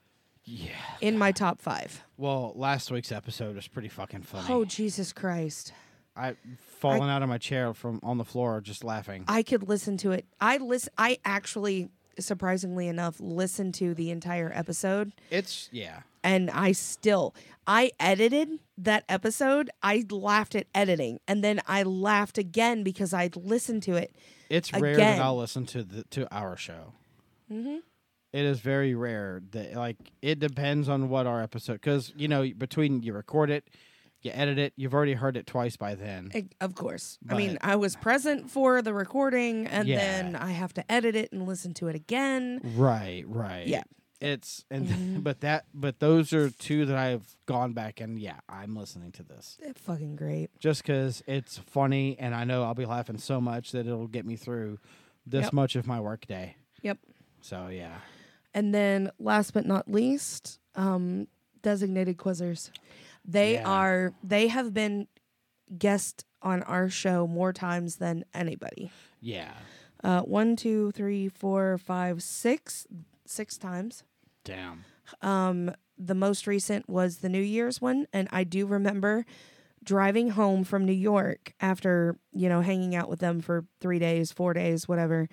Yeah. in my top five. Well, last week's episode was pretty fucking funny. Oh jesus christ I falling out of my chair from on the floor just laughing. I could listen to it. I listen. I actually, surprisingly enough, listened to the entire episode, it's yeah. and I still I edited that episode. I laughed at editing, and then I laughed again because I listened to it. It's rare that Again. I'll listen to the to our show. Mm-hmm. is very rare that like it depends on what our episode because you know between you record it, you edit it, you've already heard it twice by then. I- eh, Of course, I mean I was present for the recording, and Yeah. then I have to edit it and listen to it again. Right, right. Yeah. Mm-hmm. It's and but that but those are two that I've gone back and yeah, I'm listening to this. Eh, fucking great. Just cuz it's funny and I know I'll be laughing so much that it'll get me through this Yep. much of my workday. Yep. So yeah. And then last but not least, um, designated quizzers. They Yeah. are they have been guest on our show more times than anybody. Yeah. Uh, one, two, three, four, five, six, six times. Damn. The most recent was the New Year's one, and I do remember driving home from New York after you know hanging out with them for three days, four days, whatever.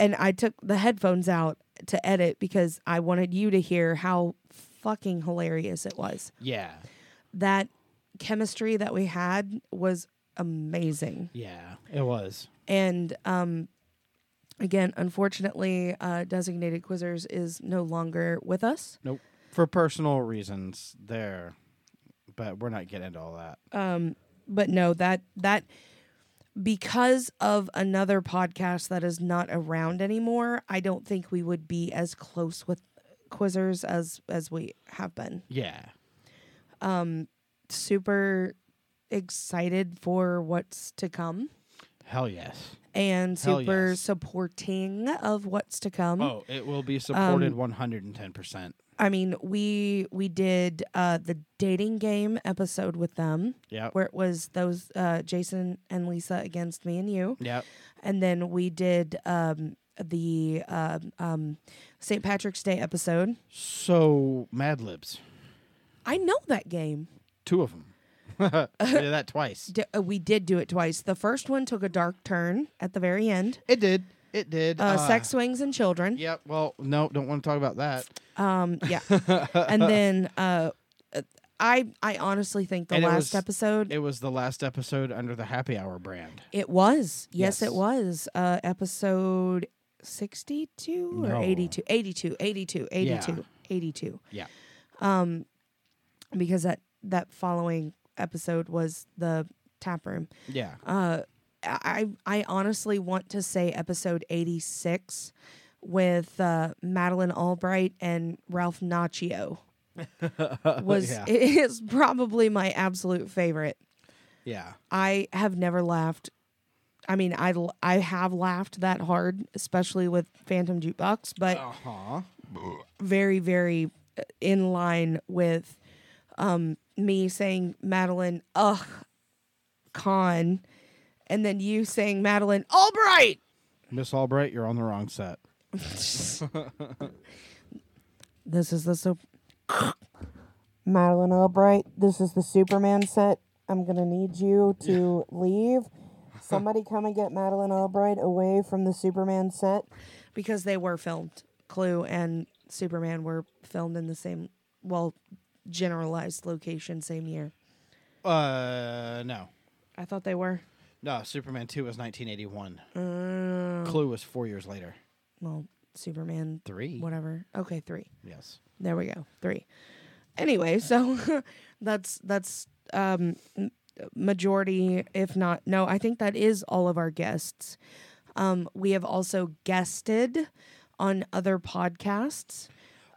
And I took the headphones out to edit because I wanted you to hear how fucking hilarious it was. Yeah. That chemistry that we had was amazing. Yeah, it was. And um, again, unfortunately, uh, Designated Quizzers is no longer with us. Nope. For personal reasons, there. But we're not getting into all that. Uh, But no, that that because of another podcast that is not around anymore, I don't think we would be as close with Quizzers as as we have been. yeah. Super excited for what's to come Hell yes. and Hell super yes. supporting of what's to come. Oh, it will be supported Um, 110%. I mean, we we did uh, the dating game episode with them, Yep. where it was those uh, Jason and Lisa against me and you, Yep. and then we did um, the um um, St. Patrick's Day episode. So, Mad Libs. I know that game. Two of them. did that twice. D- uh, we did do it twice. The first one took a dark turn at the very end. It did. It did. Uh, sex swings and children. Yep. Well, no, don't want to talk about that. Um, yeah. and then uh, I I honestly think the And it last was- episode It was the last episode under the Happy Hour brand. It was. Yes. Yes, it was. Uh, episode 62 No. or 82? 82, 82, 82, Yeah. 82. Yeah. Because that, that following episode was the tap room. Yeah. Uh, I, I honestly want to say episode 86 with uh, Madeline Albright and Ralph Macchio was Yeah. it is probably my absolute favorite. yeah. I have never laughed. I mean, I l- I have laughed that hard, especially with Phantom Jukebox, but Uh-huh. very very uh, in line with um, me saying Madeline, ugh, con, and then you saying Madeline Albright. Miss Albright, you're on the wrong set. This is the sup- Madeline Albright. This is the Superman set. I'm gonna need you to leave. Somebody come and get Madeline Albright away from the Superman set because they were filmed. Clue and Superman were filmed in the same, well, generalized location same year. Uh, no. I thought they were. No, Superman 2 was 1981. Mm. Clue was four years later. Well, Superman Three. whatever. Okay, three. Yes. There we go. Three. Anyway, so that's that's um m- majority if not no, I think that is all of our guests. Um we have also guested on other podcasts.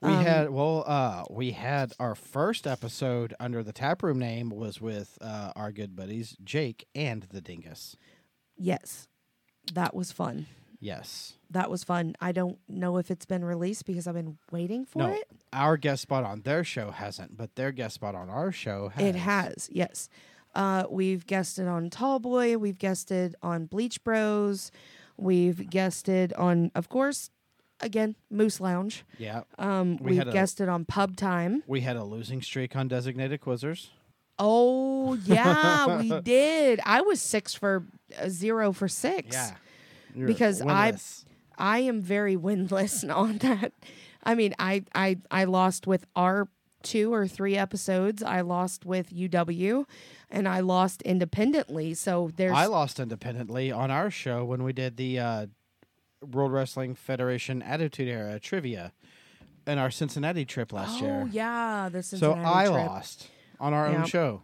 We Um, had well, uh, we had our first episode under the taproom name was with uh, our good buddies Jake and the Dingus. Yes. That was fun. Yes. That was fun. I don't know if it's been released because I've been waiting for no, it. our guest spot on their show hasn't, but their guest spot on our show has. It has, yes. Uh, we've guested on Tallboy. We've guested on Bleach Bros. We've guested on, of course, again Moose Lounge. Yeah. Um, We we had have a- guested on Pub Time. we had a losing streak on designated quizzers. Oh yeah, we did. I was six for uh, zero for six. You're Because I- winless. I am very winless on that. I mean, I I I lost with our two or three episodes. I lost with UW, and I lost independently. So there's I lost independently on our show when we did the uh, World Wrestling Federation Attitude Era trivia in our Cincinnati trip last year. Oh yeah, the So Cincinnati I trip. lost on our own Yep. show.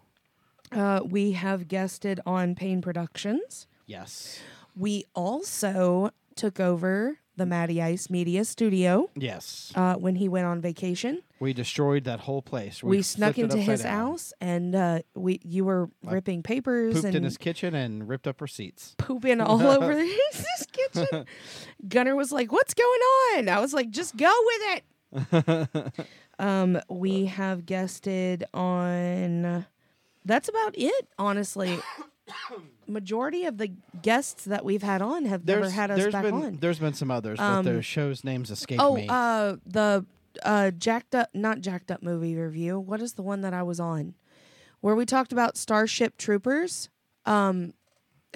Uh, we have guested on Pain Productions. Yes. We also took over the Matty Ice Media Studio Yes. uh, when he went on vacation. we destroyed that whole place. We, flipped snuck it into his upside down, house, and uh, we you were ripping papers pooped and in his kitchen, and ripped up receipts. pooping all over his his kitchen. Gunner was like, "What's going on?" I was like, "Just go with it." um, we have guested on. That's about it, honestly. Majority of the guests that we've had on have never had us there's back been on. Um, there's been some others, but their shows names escape Oh, me. uh, the uh, jacked up, not jacked up movie review. What is the one that I was on, where we talked about Starship Troopers? Um,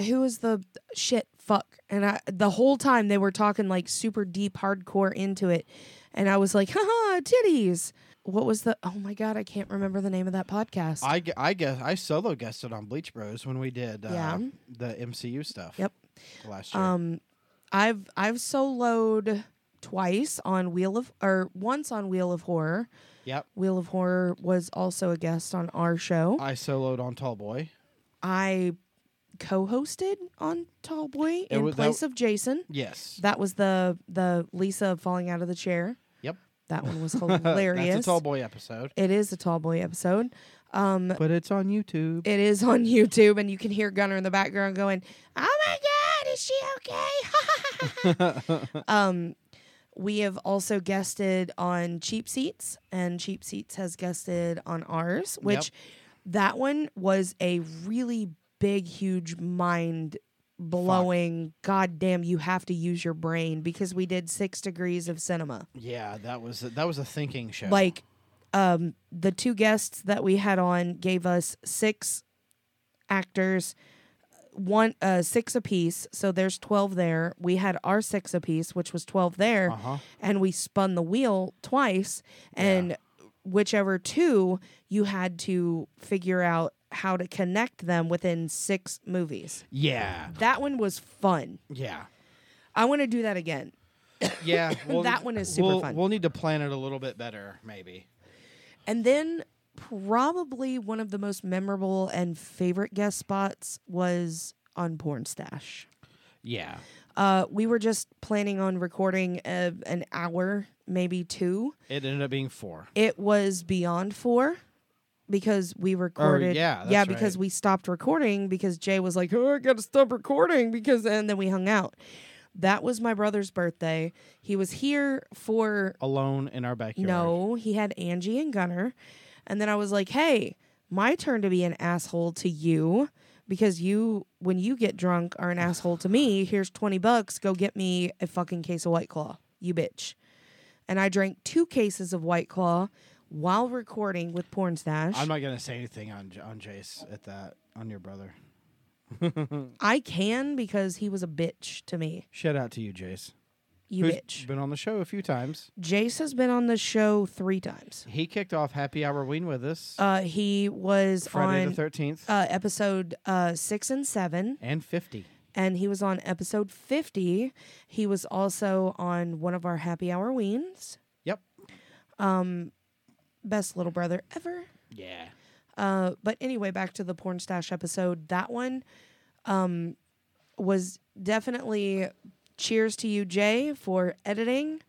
who is the shit fuck? And I, the whole time they were talking like super deep, hardcore into it, and I was like, haha, titties. What was the? Oh my god, I can't remember the name of that podcast. I, gu- I guess I solo guested on Bleach Bros when we did uh, Yeah. the MCU stuff. Yep. Last year. Um, I've I've soloed twice on Wheel of or once on Wheel of Horror. yep. Wheel of Horror was also a guest on our show. I soloed on Tall Boy. I co-hosted on Tall Boy in was- that- place of Jason. Yes. That was the the Lisa falling out of the chair. yep. That one was That's hilarious. a Tall Boy episode. It is a Tall Boy episode. Um, But it's on YouTube. it is on YouTube, and you can hear Gunner in the background going, "Oh my God, is she okay?" um, we have also guested on Cheap Seats, and Cheap Seats has guested on ours, which that one was a really big, huge mind blowing. Goddamn, you have to use your brain because we did six degrees of cinema yeah, that was that was a thinking show. like um the two guests that we had on gave us six actors one uh six apiece so there's 12 there we had our six apiece which was 12 there Uh-huh. and we spun the wheel twice and whichever two you had to figure out how to connect them within six movies Yeah. that one was fun Yeah. i want to do that again Yeah. we'll- That one is super we'll- fun. We'll need to plan it a little bit better, maybe. And then probably one of the most memorable and favorite guest spots was on Porn Stash. Yeah. Uh, we were just planning on recording a, an hour, maybe two. It ended up being four. It was beyond four because we recorded. Oh, yeah, that's because right. we stopped recording because Jay was like, "Oh, I gotta stop recording," because and then we hung out. That was my brother's birthday. He was here for Alone in our backyard. no, he had Angie and Gunner. And then I was like, hey, my turn to be an asshole to you because you, when you get drunk, are an asshole to me. Here's 20 bucks. Go get me a fucking case of White Claw, you bitch. And I drank two cases of White Claw while recording with Porn Stash. I'm not gonna say anything on J- on Jace at that on your brother. I can because he was a bitch to me. Shout out to you, Jace. You who's bitch. been on the show a few times. Jace has been on the show three times. He kicked off Happy Hour Ween with us Uh, he was Friday the on thirteenth uh, episode uh, six and seven. and fifty. and he was on episode 50 he was also on one of our happy hour weens Yep. best little brother ever Yeah. uh, but anyway back to the porn stash episode that one um, was definitely cheers to you jay for editing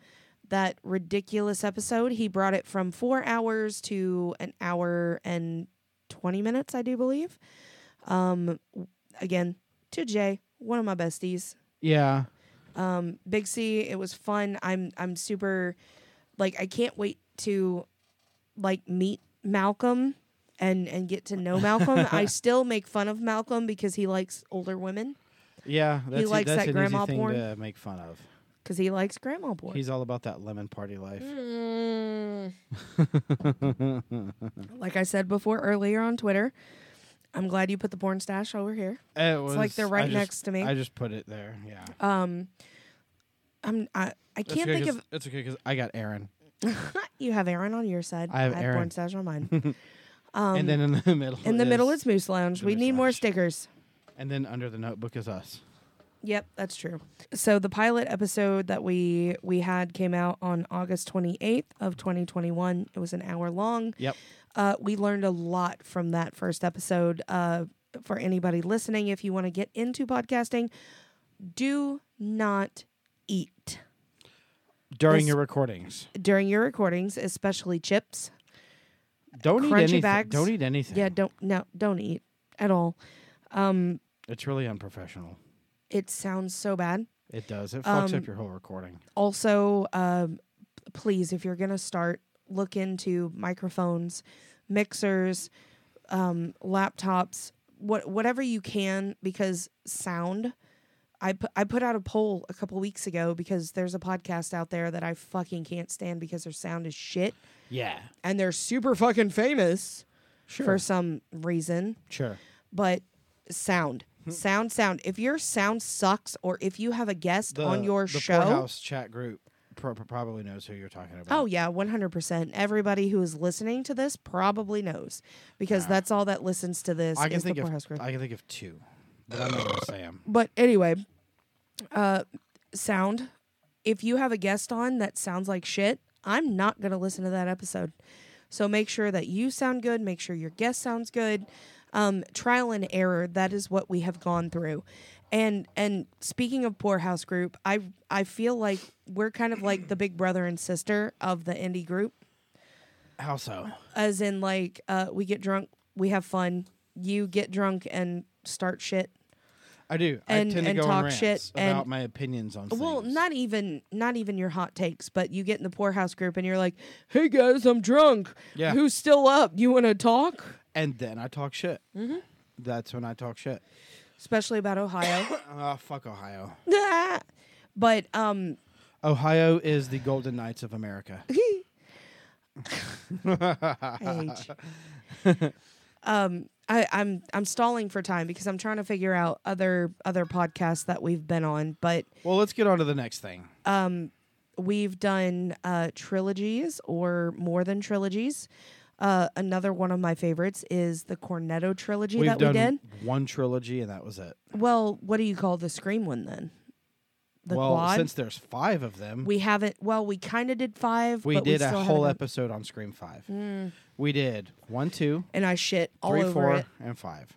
that ridiculous episode he brought it from four hours to an hour and 20 minutes i do believe um, again to jay one of my besties Yeah. Big C, it was fun. I'm I'm super like I can't wait to like meet Malcolm and and get to know Malcolm. I still make fun of Malcolm because he likes older women Yeah. That's, a- likes that's that an grandma easy thing porn. to make fun of. cuz he likes grandma porn. He's all about that lemon party life. Mm. like I said before earlier on Twitter, I'm glad you put the porn stash over here. It It's was, like they're right I just- next to me. I just put it there. Yeah. I'm I, I It's can't okay think 'cause- of It's okay because I got Aaron, you have Aaron on your side. I have I have porn Aaron. stash on mine. Um, and then in the middle. in the middle is- it's Moose Lounge. We Moose need more Lounge. stickers. And then under the notebook is us. Yep, that's true. So the pilot episode that we we had came out on August 28th of 2021. It was an hour long. Yep. Uh, we learned a lot from that first episode. Uh, for anybody listening, if you want to get into podcasting, do not eat During This- your recordings, during your recordings, especially chips. don't eat crunchy anything. bags. Don't eat anything. Yeah, don't no, don't eat at all. It's really unprofessional. It sounds so bad. It does. It fucks Um, up your whole recording. also um, p- please if you're going to start look into microphones mixers um, laptops what whatever you can because sound I, pu- I put out a poll a couple weeks ago because there's a podcast out there that I fucking can't stand because their sound is shit Yeah. and they're super fucking famous for some reason Sure. but sound Hmm. sound sound if your sound sucks or if you have a guest on your the show Poorhouse chat group. pro- pro- probably knows who you're talking about. Oh yeah, one hundred percent. Everybody who is listening to this probably knows because that's all that listens to this I can is the think of Poorhouse Group. I can think of two, but I'm not gonna say 'em. but anyway, uh, sound. If you have a guest on that sounds like shit, I'm not gonna listen to that episode. So make sure that you sound good. Make sure your guest sounds good. Um, trial and error. That is what we have gone through. And and speaking of Poorhouse Group, I I feel like we're kind of like the big brother and sister of the indie group. How so? as in like uh, we get drunk, we have fun. You get drunk and start shit. I do. And- I tend to and go on talk rants shit about and- my opinions on Well, things. not even not even your hot takes, but you get in the poorhouse group and you're like, "Hey guys, I'm drunk. Yeah. Who's still up? You want to talk?" and then I talk shit. Mm-hmm. That's when I talk shit. Especially about Ohio. Oh, fuck Ohio. Ah. but um Ohio is the Golden Knights of America. age. um, I, I'm I'm stalling for time because I'm trying to figure out other other podcasts that we've been on, but Well, let's get on to the next thing. Uh, we've done uh, trilogies or more than trilogies. Uh, another one of my favorites is the Cornetto trilogy We've that we done did. one trilogy, and that was it. Well, what do you call the Scream one then? The well, quad. since there's five of them, we haven't. Well, we kind of did five. we but did a still whole haven't- episode on Scream Five. We did one, two, and I shit all three, over four, it. and five.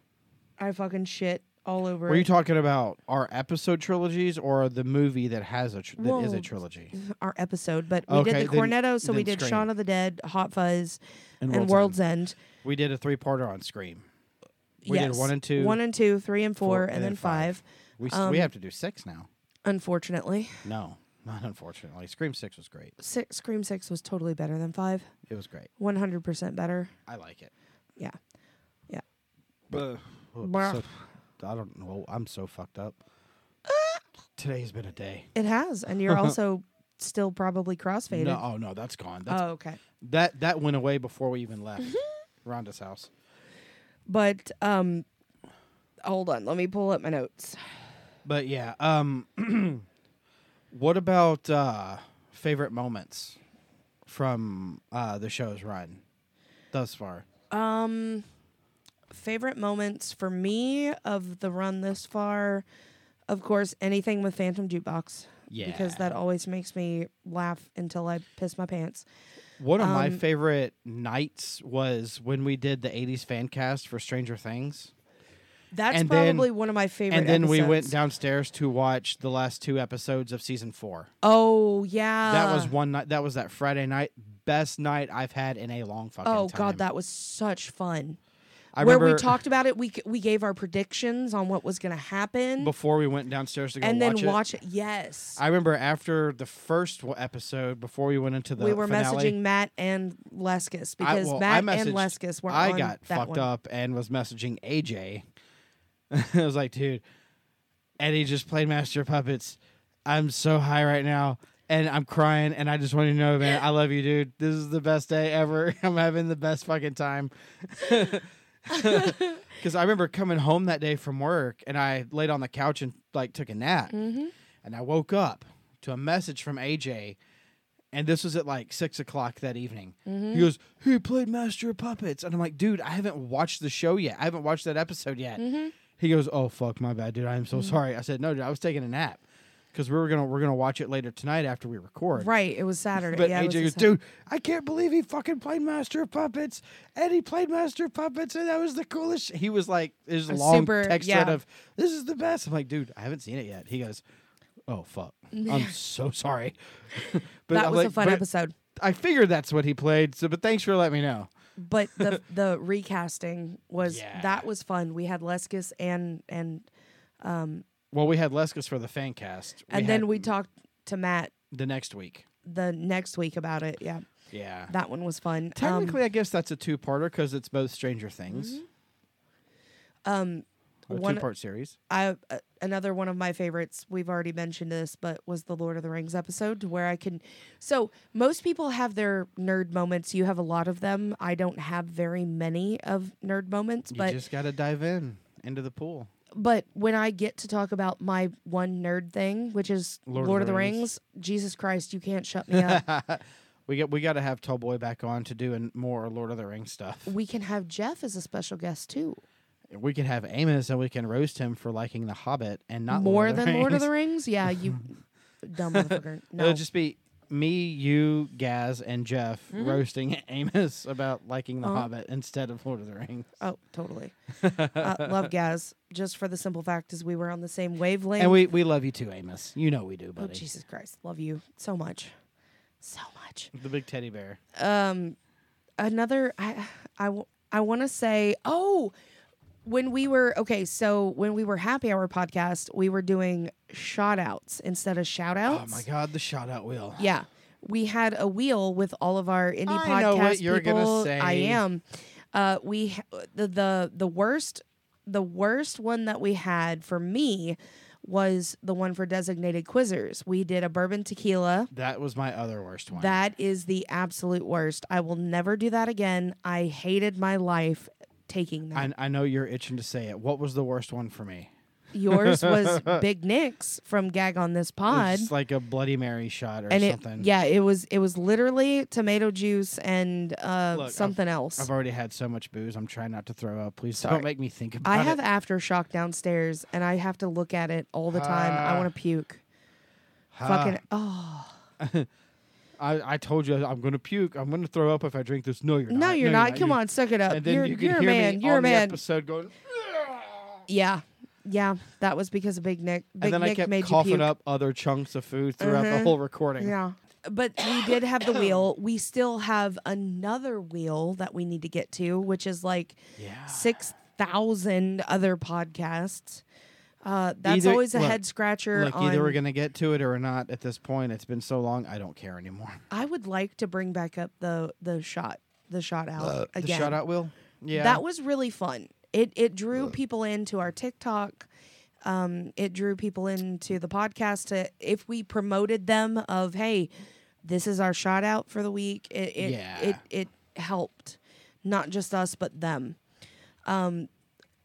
I fucking shit all over Were you it. talking about our episode trilogies or the movie that has a tr- that is Well, a trilogy? Our episode, but we Okay, did the then- Cornetto, so we then did Scream. Shaun of the Dead, Hot Fuzz, And and, World's World's End. We did a three-parter on Scream. We did Yes. one and two, one and two, three and four, and, then five. Um, We s- we have to do six now. Unfortunately. No, not unfortunately. Scream Six was great. six, Scream Six was totally better than five. It was great. One hundred percent better. I like it. Yeah. Yeah. But Blah. I don't know. I'm so fucked up. Today's been a day. It has. And you're also still probably crossfaded. No, oh no, that's gone. That's, oh, okay. That that went away before we even left Mm-hmm. Rhonda's house. But um hold on, let me pull up my notes. But yeah, um, what about uh, favorite moments from uh, the show's run thus far? Um favorite moments for me of the run this far, of course, anything with Phantom Jukebox. Because Yeah. that always makes me laugh until I piss my pants. One of my Um, favorite nights was when we did the '80s fan cast for Stranger Things. That's And then- probably one of my favorite. and then we went episodes. downstairs to watch the last two episodes of season four. Oh yeah, that was one night. That was that Friday night. Best night I've had in a long fucking Oh time. god, that was such fun. I Where remember we talked about it, we c- we gave our predictions on what was going to happen, before we went downstairs to go and watch then it. watch it. Yes, I remember after the first w- episode, before we went into the we were finale, messaging Matt and Leskis I- because well, I Matt and messaged- Leskis were. I on got that fucked one. up and was messaging AJ. I was like, dude, Eddie just played Master of Puppets. I'm so high right now. And I'm crying, and I just want you to know, man, I love you, dude. This is the best day ever. I'm having the best fucking time. Because I remember coming home that day from work, and I laid on the couch and like took a nap, and I woke up to a message from AJ and this was at like six o'clock that evening. He goes, "Who played Master of Puppets?" And I'm like, "Dude, I haven't watched the show yet. I haven't watched that episode yet." He goes, "Oh fuck, my bad, dude. I am so sorry." I said, "No, dude, I was taking a nap because we were gonna we're gonna watch it later tonight after we record." Right, it was Saturday. But yeah, it AJ goes, was a dude, I can't believe he fucking played Master of Puppets, and he played Master of Puppets, and that was the coolest. sh-" He was like, "There's a I'm long super- text yeah. thread of this is the best." I'm like, "Dude, I haven't seen it yet." He goes, "Oh fuck, I'm so sorry." but That I'm was a like, fun "But episode. I figured that's what he played. So, but thanks for letting me know. But the the recasting was Yeah. that was fun. We had Leskis and and Well, we had Leskis for the fan cast, and then had we talked to Matt the next week. the next week about it. Yeah, Yeah, that one was fun. Um, Mm-hmm. technically, I guess that's a two-parter because it's both Stranger Things. Um, a one- two-part series. I uh, another one of my favorites. We've already mentioned this, but was the Lord of the Rings episode to where I can. So most people have their nerd moments. You have a lot of them. I don't have very many of nerd moments, You but just got to dive in into the pool. but when I get to talk about my one nerd thing, which is Lord, of the Rings. Jesus Christ, you can't shut me up. we got we got to have Tallboy back on to do an, more Lord of the Rings stuff. we can have Jeff as a special guest too. We can have Amos and we can roast him for liking The Hobbit and not More Lord of the than Lord of the Rings. Rings? Yeah, you dumb motherfucker. No. It'll just be me, you, Gaz, and Jeff Mm-hmm. roasting Amos about liking Uh-huh. The Hobbit instead of Lord of the Rings. Oh, totally. uh, love Gaz. Just for the simple fact is we were on the same wavelength. And we, we love you too, Amos. You know we do, oh, buddy. Jesus Christ. Love you so much. So much. The big teddy bear. um another i i, w- I want to say oh when we were okay so when we were happy hour podcast we were doing shout outs instead of shout outs Oh my God, the shout out wheel. yeah we had a wheel with all of our indie podcast I know what you're gonna people. say. i am uh we ha- the the the worst the worst one that we had for me was the one for designated quizzers we did a bourbon tequila That was my other worst one. that is the absolute worst. I will never do that again. I hated my life taking that. I, I know you're itching to say it. What was the worst one for me? Yours was Big Nick's from Gag on This Pod. It's like a Bloody Mary shot or And it, something. yeah, it was it was literally tomato juice and uh, Look, I've- something else. I've already had so much booze. I'm trying not to throw up. Please Sorry. don't make me think about I have it. aftershock downstairs, and I have to look at it all the time. I Ah. want to puke. Ha. Fucking oh I, I told you I'm going to puke. I'm going to throw up if I drink this. No, you're not. no, you're not. Come on, suck it up. And then You're, you can you're a hear man. me You're on a the man. episode going. Yeah, yeah. That was because of Big Nick. Big and then Nick I kept made you coughing puke. Mm-hmm. up other chunks of food throughout the whole recording. Yeah. But we did have the wheel. We still have another wheel that we need to get to, which is like Yeah. 6,000 other podcasts. Uh, that's Either- always a look, head scratcher. Look, on, either we're going to get to it or we're not at this point. It's been so long. I don't care anymore. I would like to bring back up the the shot, the shot out The again. shout out, Will? Yeah. That was really fun. It it drew people into our TikTok. Um, it drew people into the podcast. To, if we promoted them of hey, this is our shout out for the week. It it Yeah. it, it helped, not just us but them. Um,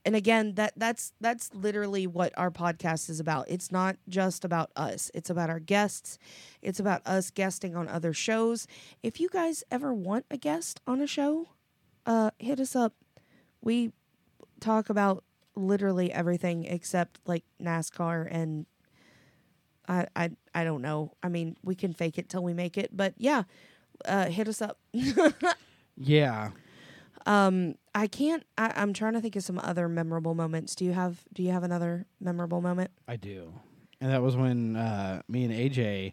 and again, that that's that's literally what our podcast is about. It's not just about us. It's about our guests. It's about us guesting on other shows. If you guys ever want a guest on a show, uh, hit us up. We talk about literally everything except like NASCAR and I I I don't know. I mean, we can fake it till we make it, but yeah, uh, hit us up. yeah. I can't. I, I'm trying to think of some other memorable moments. Do you have Do you have another memorable moment? I do. And that was when uh, me and AJ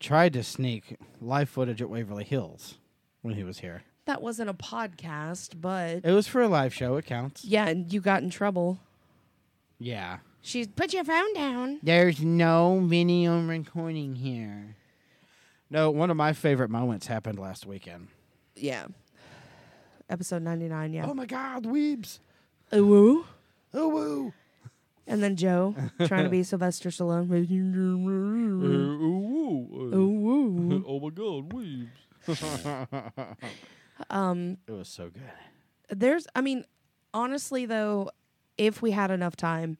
tried to sneak live footage at Waverly Hills when he was here. That wasn't a podcast, but It was for a live show. It counts. yeah, and you got in trouble. Yeah. She put your phone down. There's no video recording here. No, one of my favorite moments happened last weekend. Yeah. Episode 99. Yeah. Oh my God, Weebs. Uh, woo. Oh, woo. And then Joe trying to be Sylvester Stallone. Oh, Ooh. my God, Weebs. um, it was so good. There's, I mean, honestly, though, if we had enough time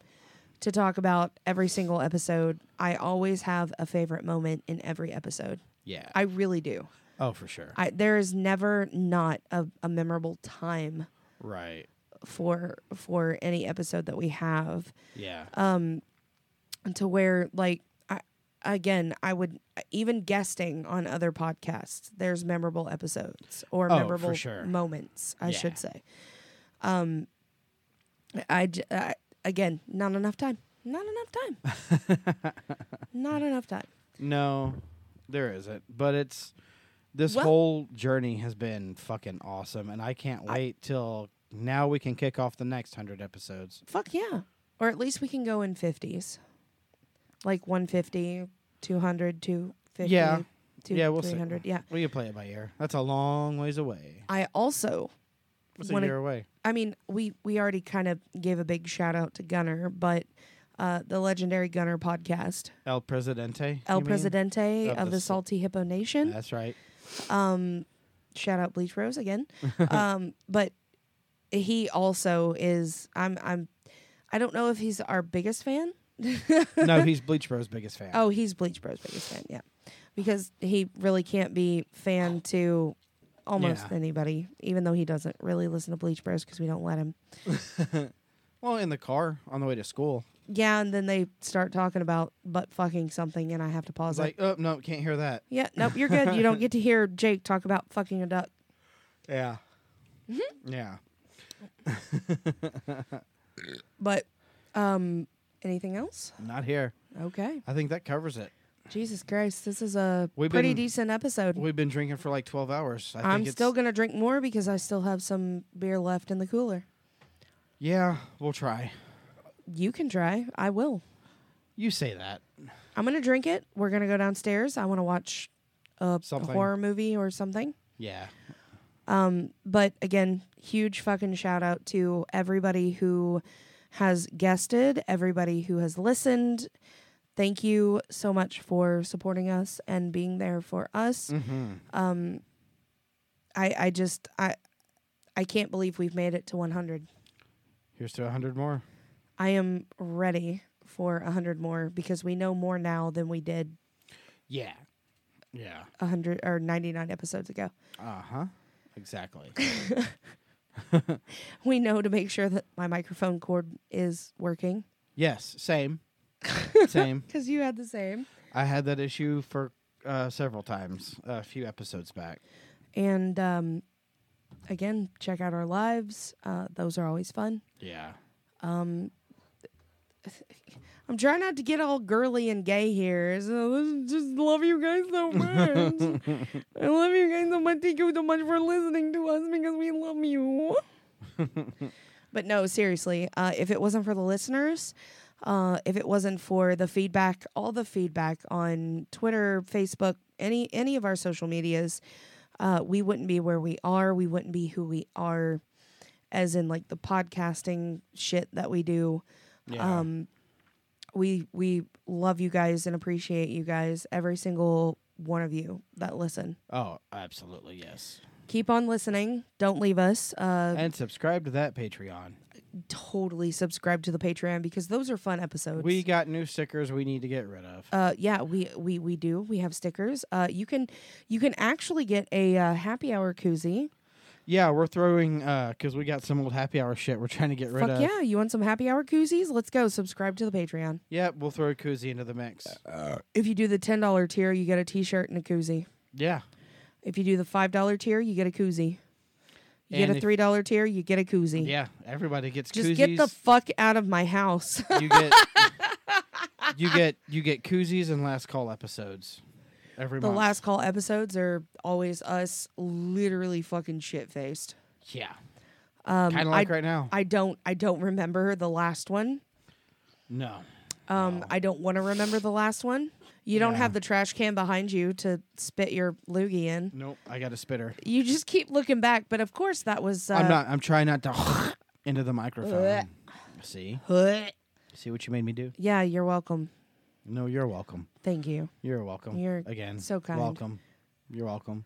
to talk about every single episode, I always have a favorite moment in every episode. Yeah. I really do. oh, for sure. I, there is never not a, a memorable time right. for for any episode that we have. Yeah. to where like I, again i would even guesting on other podcasts there's memorable episodes or Oh, for memorable sure. moments i Yeah. should say um I, j- I- again not enough time not enough time not enough time No, there isn't. But it's this Well- whole journey has been fucking awesome, and I can't wait till now we can kick off the next hundred episodes. fuck yeah or at least we can go in 50s like 150 200 250 Yeah. two- Yeah, we'll see. 300 yeah We can play it by ear. That's a long ways away. i also What's a Wanna- year away? I mean, we we already kind of gave a big shout out to Gunner, but uh, the legendary Gunner podcast, El Presidente. El you mean? Presidente Of of the the Sa- Salty Hippo Nation. That's right. shout out Bleach Rose again. um, but he also is. I'm I'm I don't know if he's our biggest fan. no, he's Bleach Bros' biggest fan. Oh, he's Bleach Bros' biggest fan, yeah. Because he really can't be fan to almost Yeah. anybody, even though he doesn't really listen to Bleach Bros because we don't let him. Well, in the car on the way to school, Yeah, and then they start talking about butt fucking something, and I have to I was pause it. like, "Oh no, can't hear that." Yeah, nope, you're good. You don't get to hear Jake talk about fucking a duck. Yeah. Mm-hmm. Yeah. But um anything else? Not here. Okay. I think that covers it. Jesus Christ, this is a We've pretty been- decent episode. We've been drinking for like 12 hours. I I'm think it's, still gonna drink more because I still have some beer left in the cooler. Yeah, we'll try. You can try. I will. You say that. I'm gonna drink it. We're gonna go downstairs. I want to watch a Something. horror movie or something. Yeah. But again, huge fucking shout out to everybody who has guested, everybody who has listened. Thank you so much for supporting us and being there for us. Um, I I just I I can't believe we've made it to 100. Here's to 100 more. I am ready for 100 more because we know more now than we did Yeah. Yeah. 100 or 99 episodes ago. Uh huh. Exactly. We know to make sure that my microphone cord is working yes. Same. Same. because you had the same. I had that issue for uh, several times a few episodes back. And um, again, check out our lives. Uh, those are always fun. Yeah. I'm trying not to get all girly and gay here. So let's just love you guys so much. I love you guys so much. Thank you so much for listening to us because we love you. but no, seriously, uh, if it wasn't for the listeners, uh, if it wasn't for the feedback, all the feedback on Twitter, Facebook, any any of our social medias, uh, we wouldn't be where we are. We wouldn't be who we are, as in like the podcasting shit that we do Yeah. Um, we we love you guys and appreciate you guys every single one of you that listen oh, absolutely. Yes. keep on listening don't leave us uh And subscribe to that Patreon. totally subscribe to the patreon because those are fun episodes We got new stickers we need to get rid of. uh yeah we we we do we have stickers uh you can you can actually get a uh, happy hour koozie Yeah, we're throwing because we got some old happy hour shit. We're trying to get rid fuck of. yeah you want some happy hour koozies let's go subscribe to the patreon Yep, we'll throw a koozie into the mix. if you do the $10 tier you get a t-shirt and a koozie yeah, if you do the $5 tier you get a koozie you And get a if- $3 tier you get a koozie yeah. Everybody gets Just koozies. get the fuck out of my house. you get you get you get koozies and last call episodes every the month. last call episodes are always us literally fucking shit faced. yeah, um, kind of like I- right now. I don't I don't remember the last one. no, Um I don't want to remember the last one. You don't Yeah. have the trash can behind you to spit your loogie in. nope. I got a spitter. You just keep looking back, but of course that was uh, I'm not. I'm trying not to into the microphone. See, see what you made me do. uh, Yeah, you're welcome. No, you're welcome. Thank you. You're welcome. You're again so kind. Welcome. You're welcome.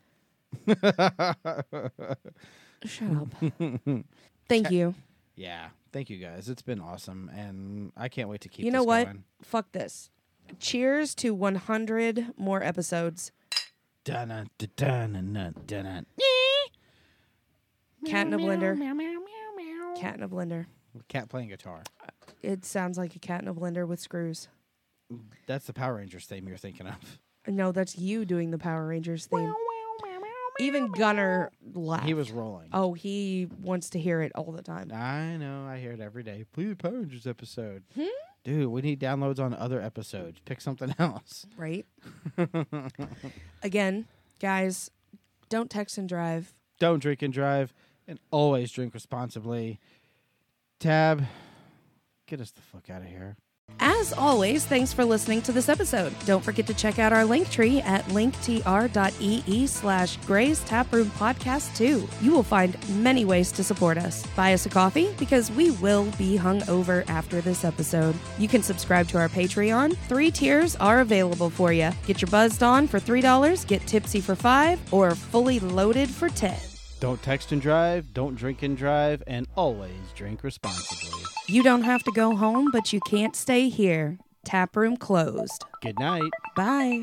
Shut up. Thank you. Yeah. Thank you guys. It's been awesome and I can't wait to keep you know this what? going. Fuck this. Cheers to 100 more episodes. Dun-dun, dun-dun, dun-dun, dun-dun. Cat in a blender. Cat in a blender. Cat playing guitar. It sounds like a cat in a blender with screws. That's the Power Rangers theme you're thinking of. No, that's you doing the Power Rangers theme. Even Gunner laughed. He was rolling. Oh, he wants to hear it all the time. I know. I hear it every day. Play the Power Rangers episode. Dude, we need downloads on other episodes. Pick something else. Right? Again, guys, don't text and drive. Don't drink and drive and always drink responsibly. Tab, get us the fuck out of here. As always, thanks for listening to this episode. Don't forget to check out our link tree at linktr.ee slash Gray's Taproom Podcast 2. You will find many ways to support us. Buy us a coffee because we will be hungover after this episode. You can subscribe to our Patreon. Three tiers are available for you. Get your buzzed on for $3, get tipsy for 5 or fully loaded for 10 Don't text and drive, don't drink and drive, and always drink responsibly. You don't have to go home, but you can't stay here. Tap room closed. Good night. Bye.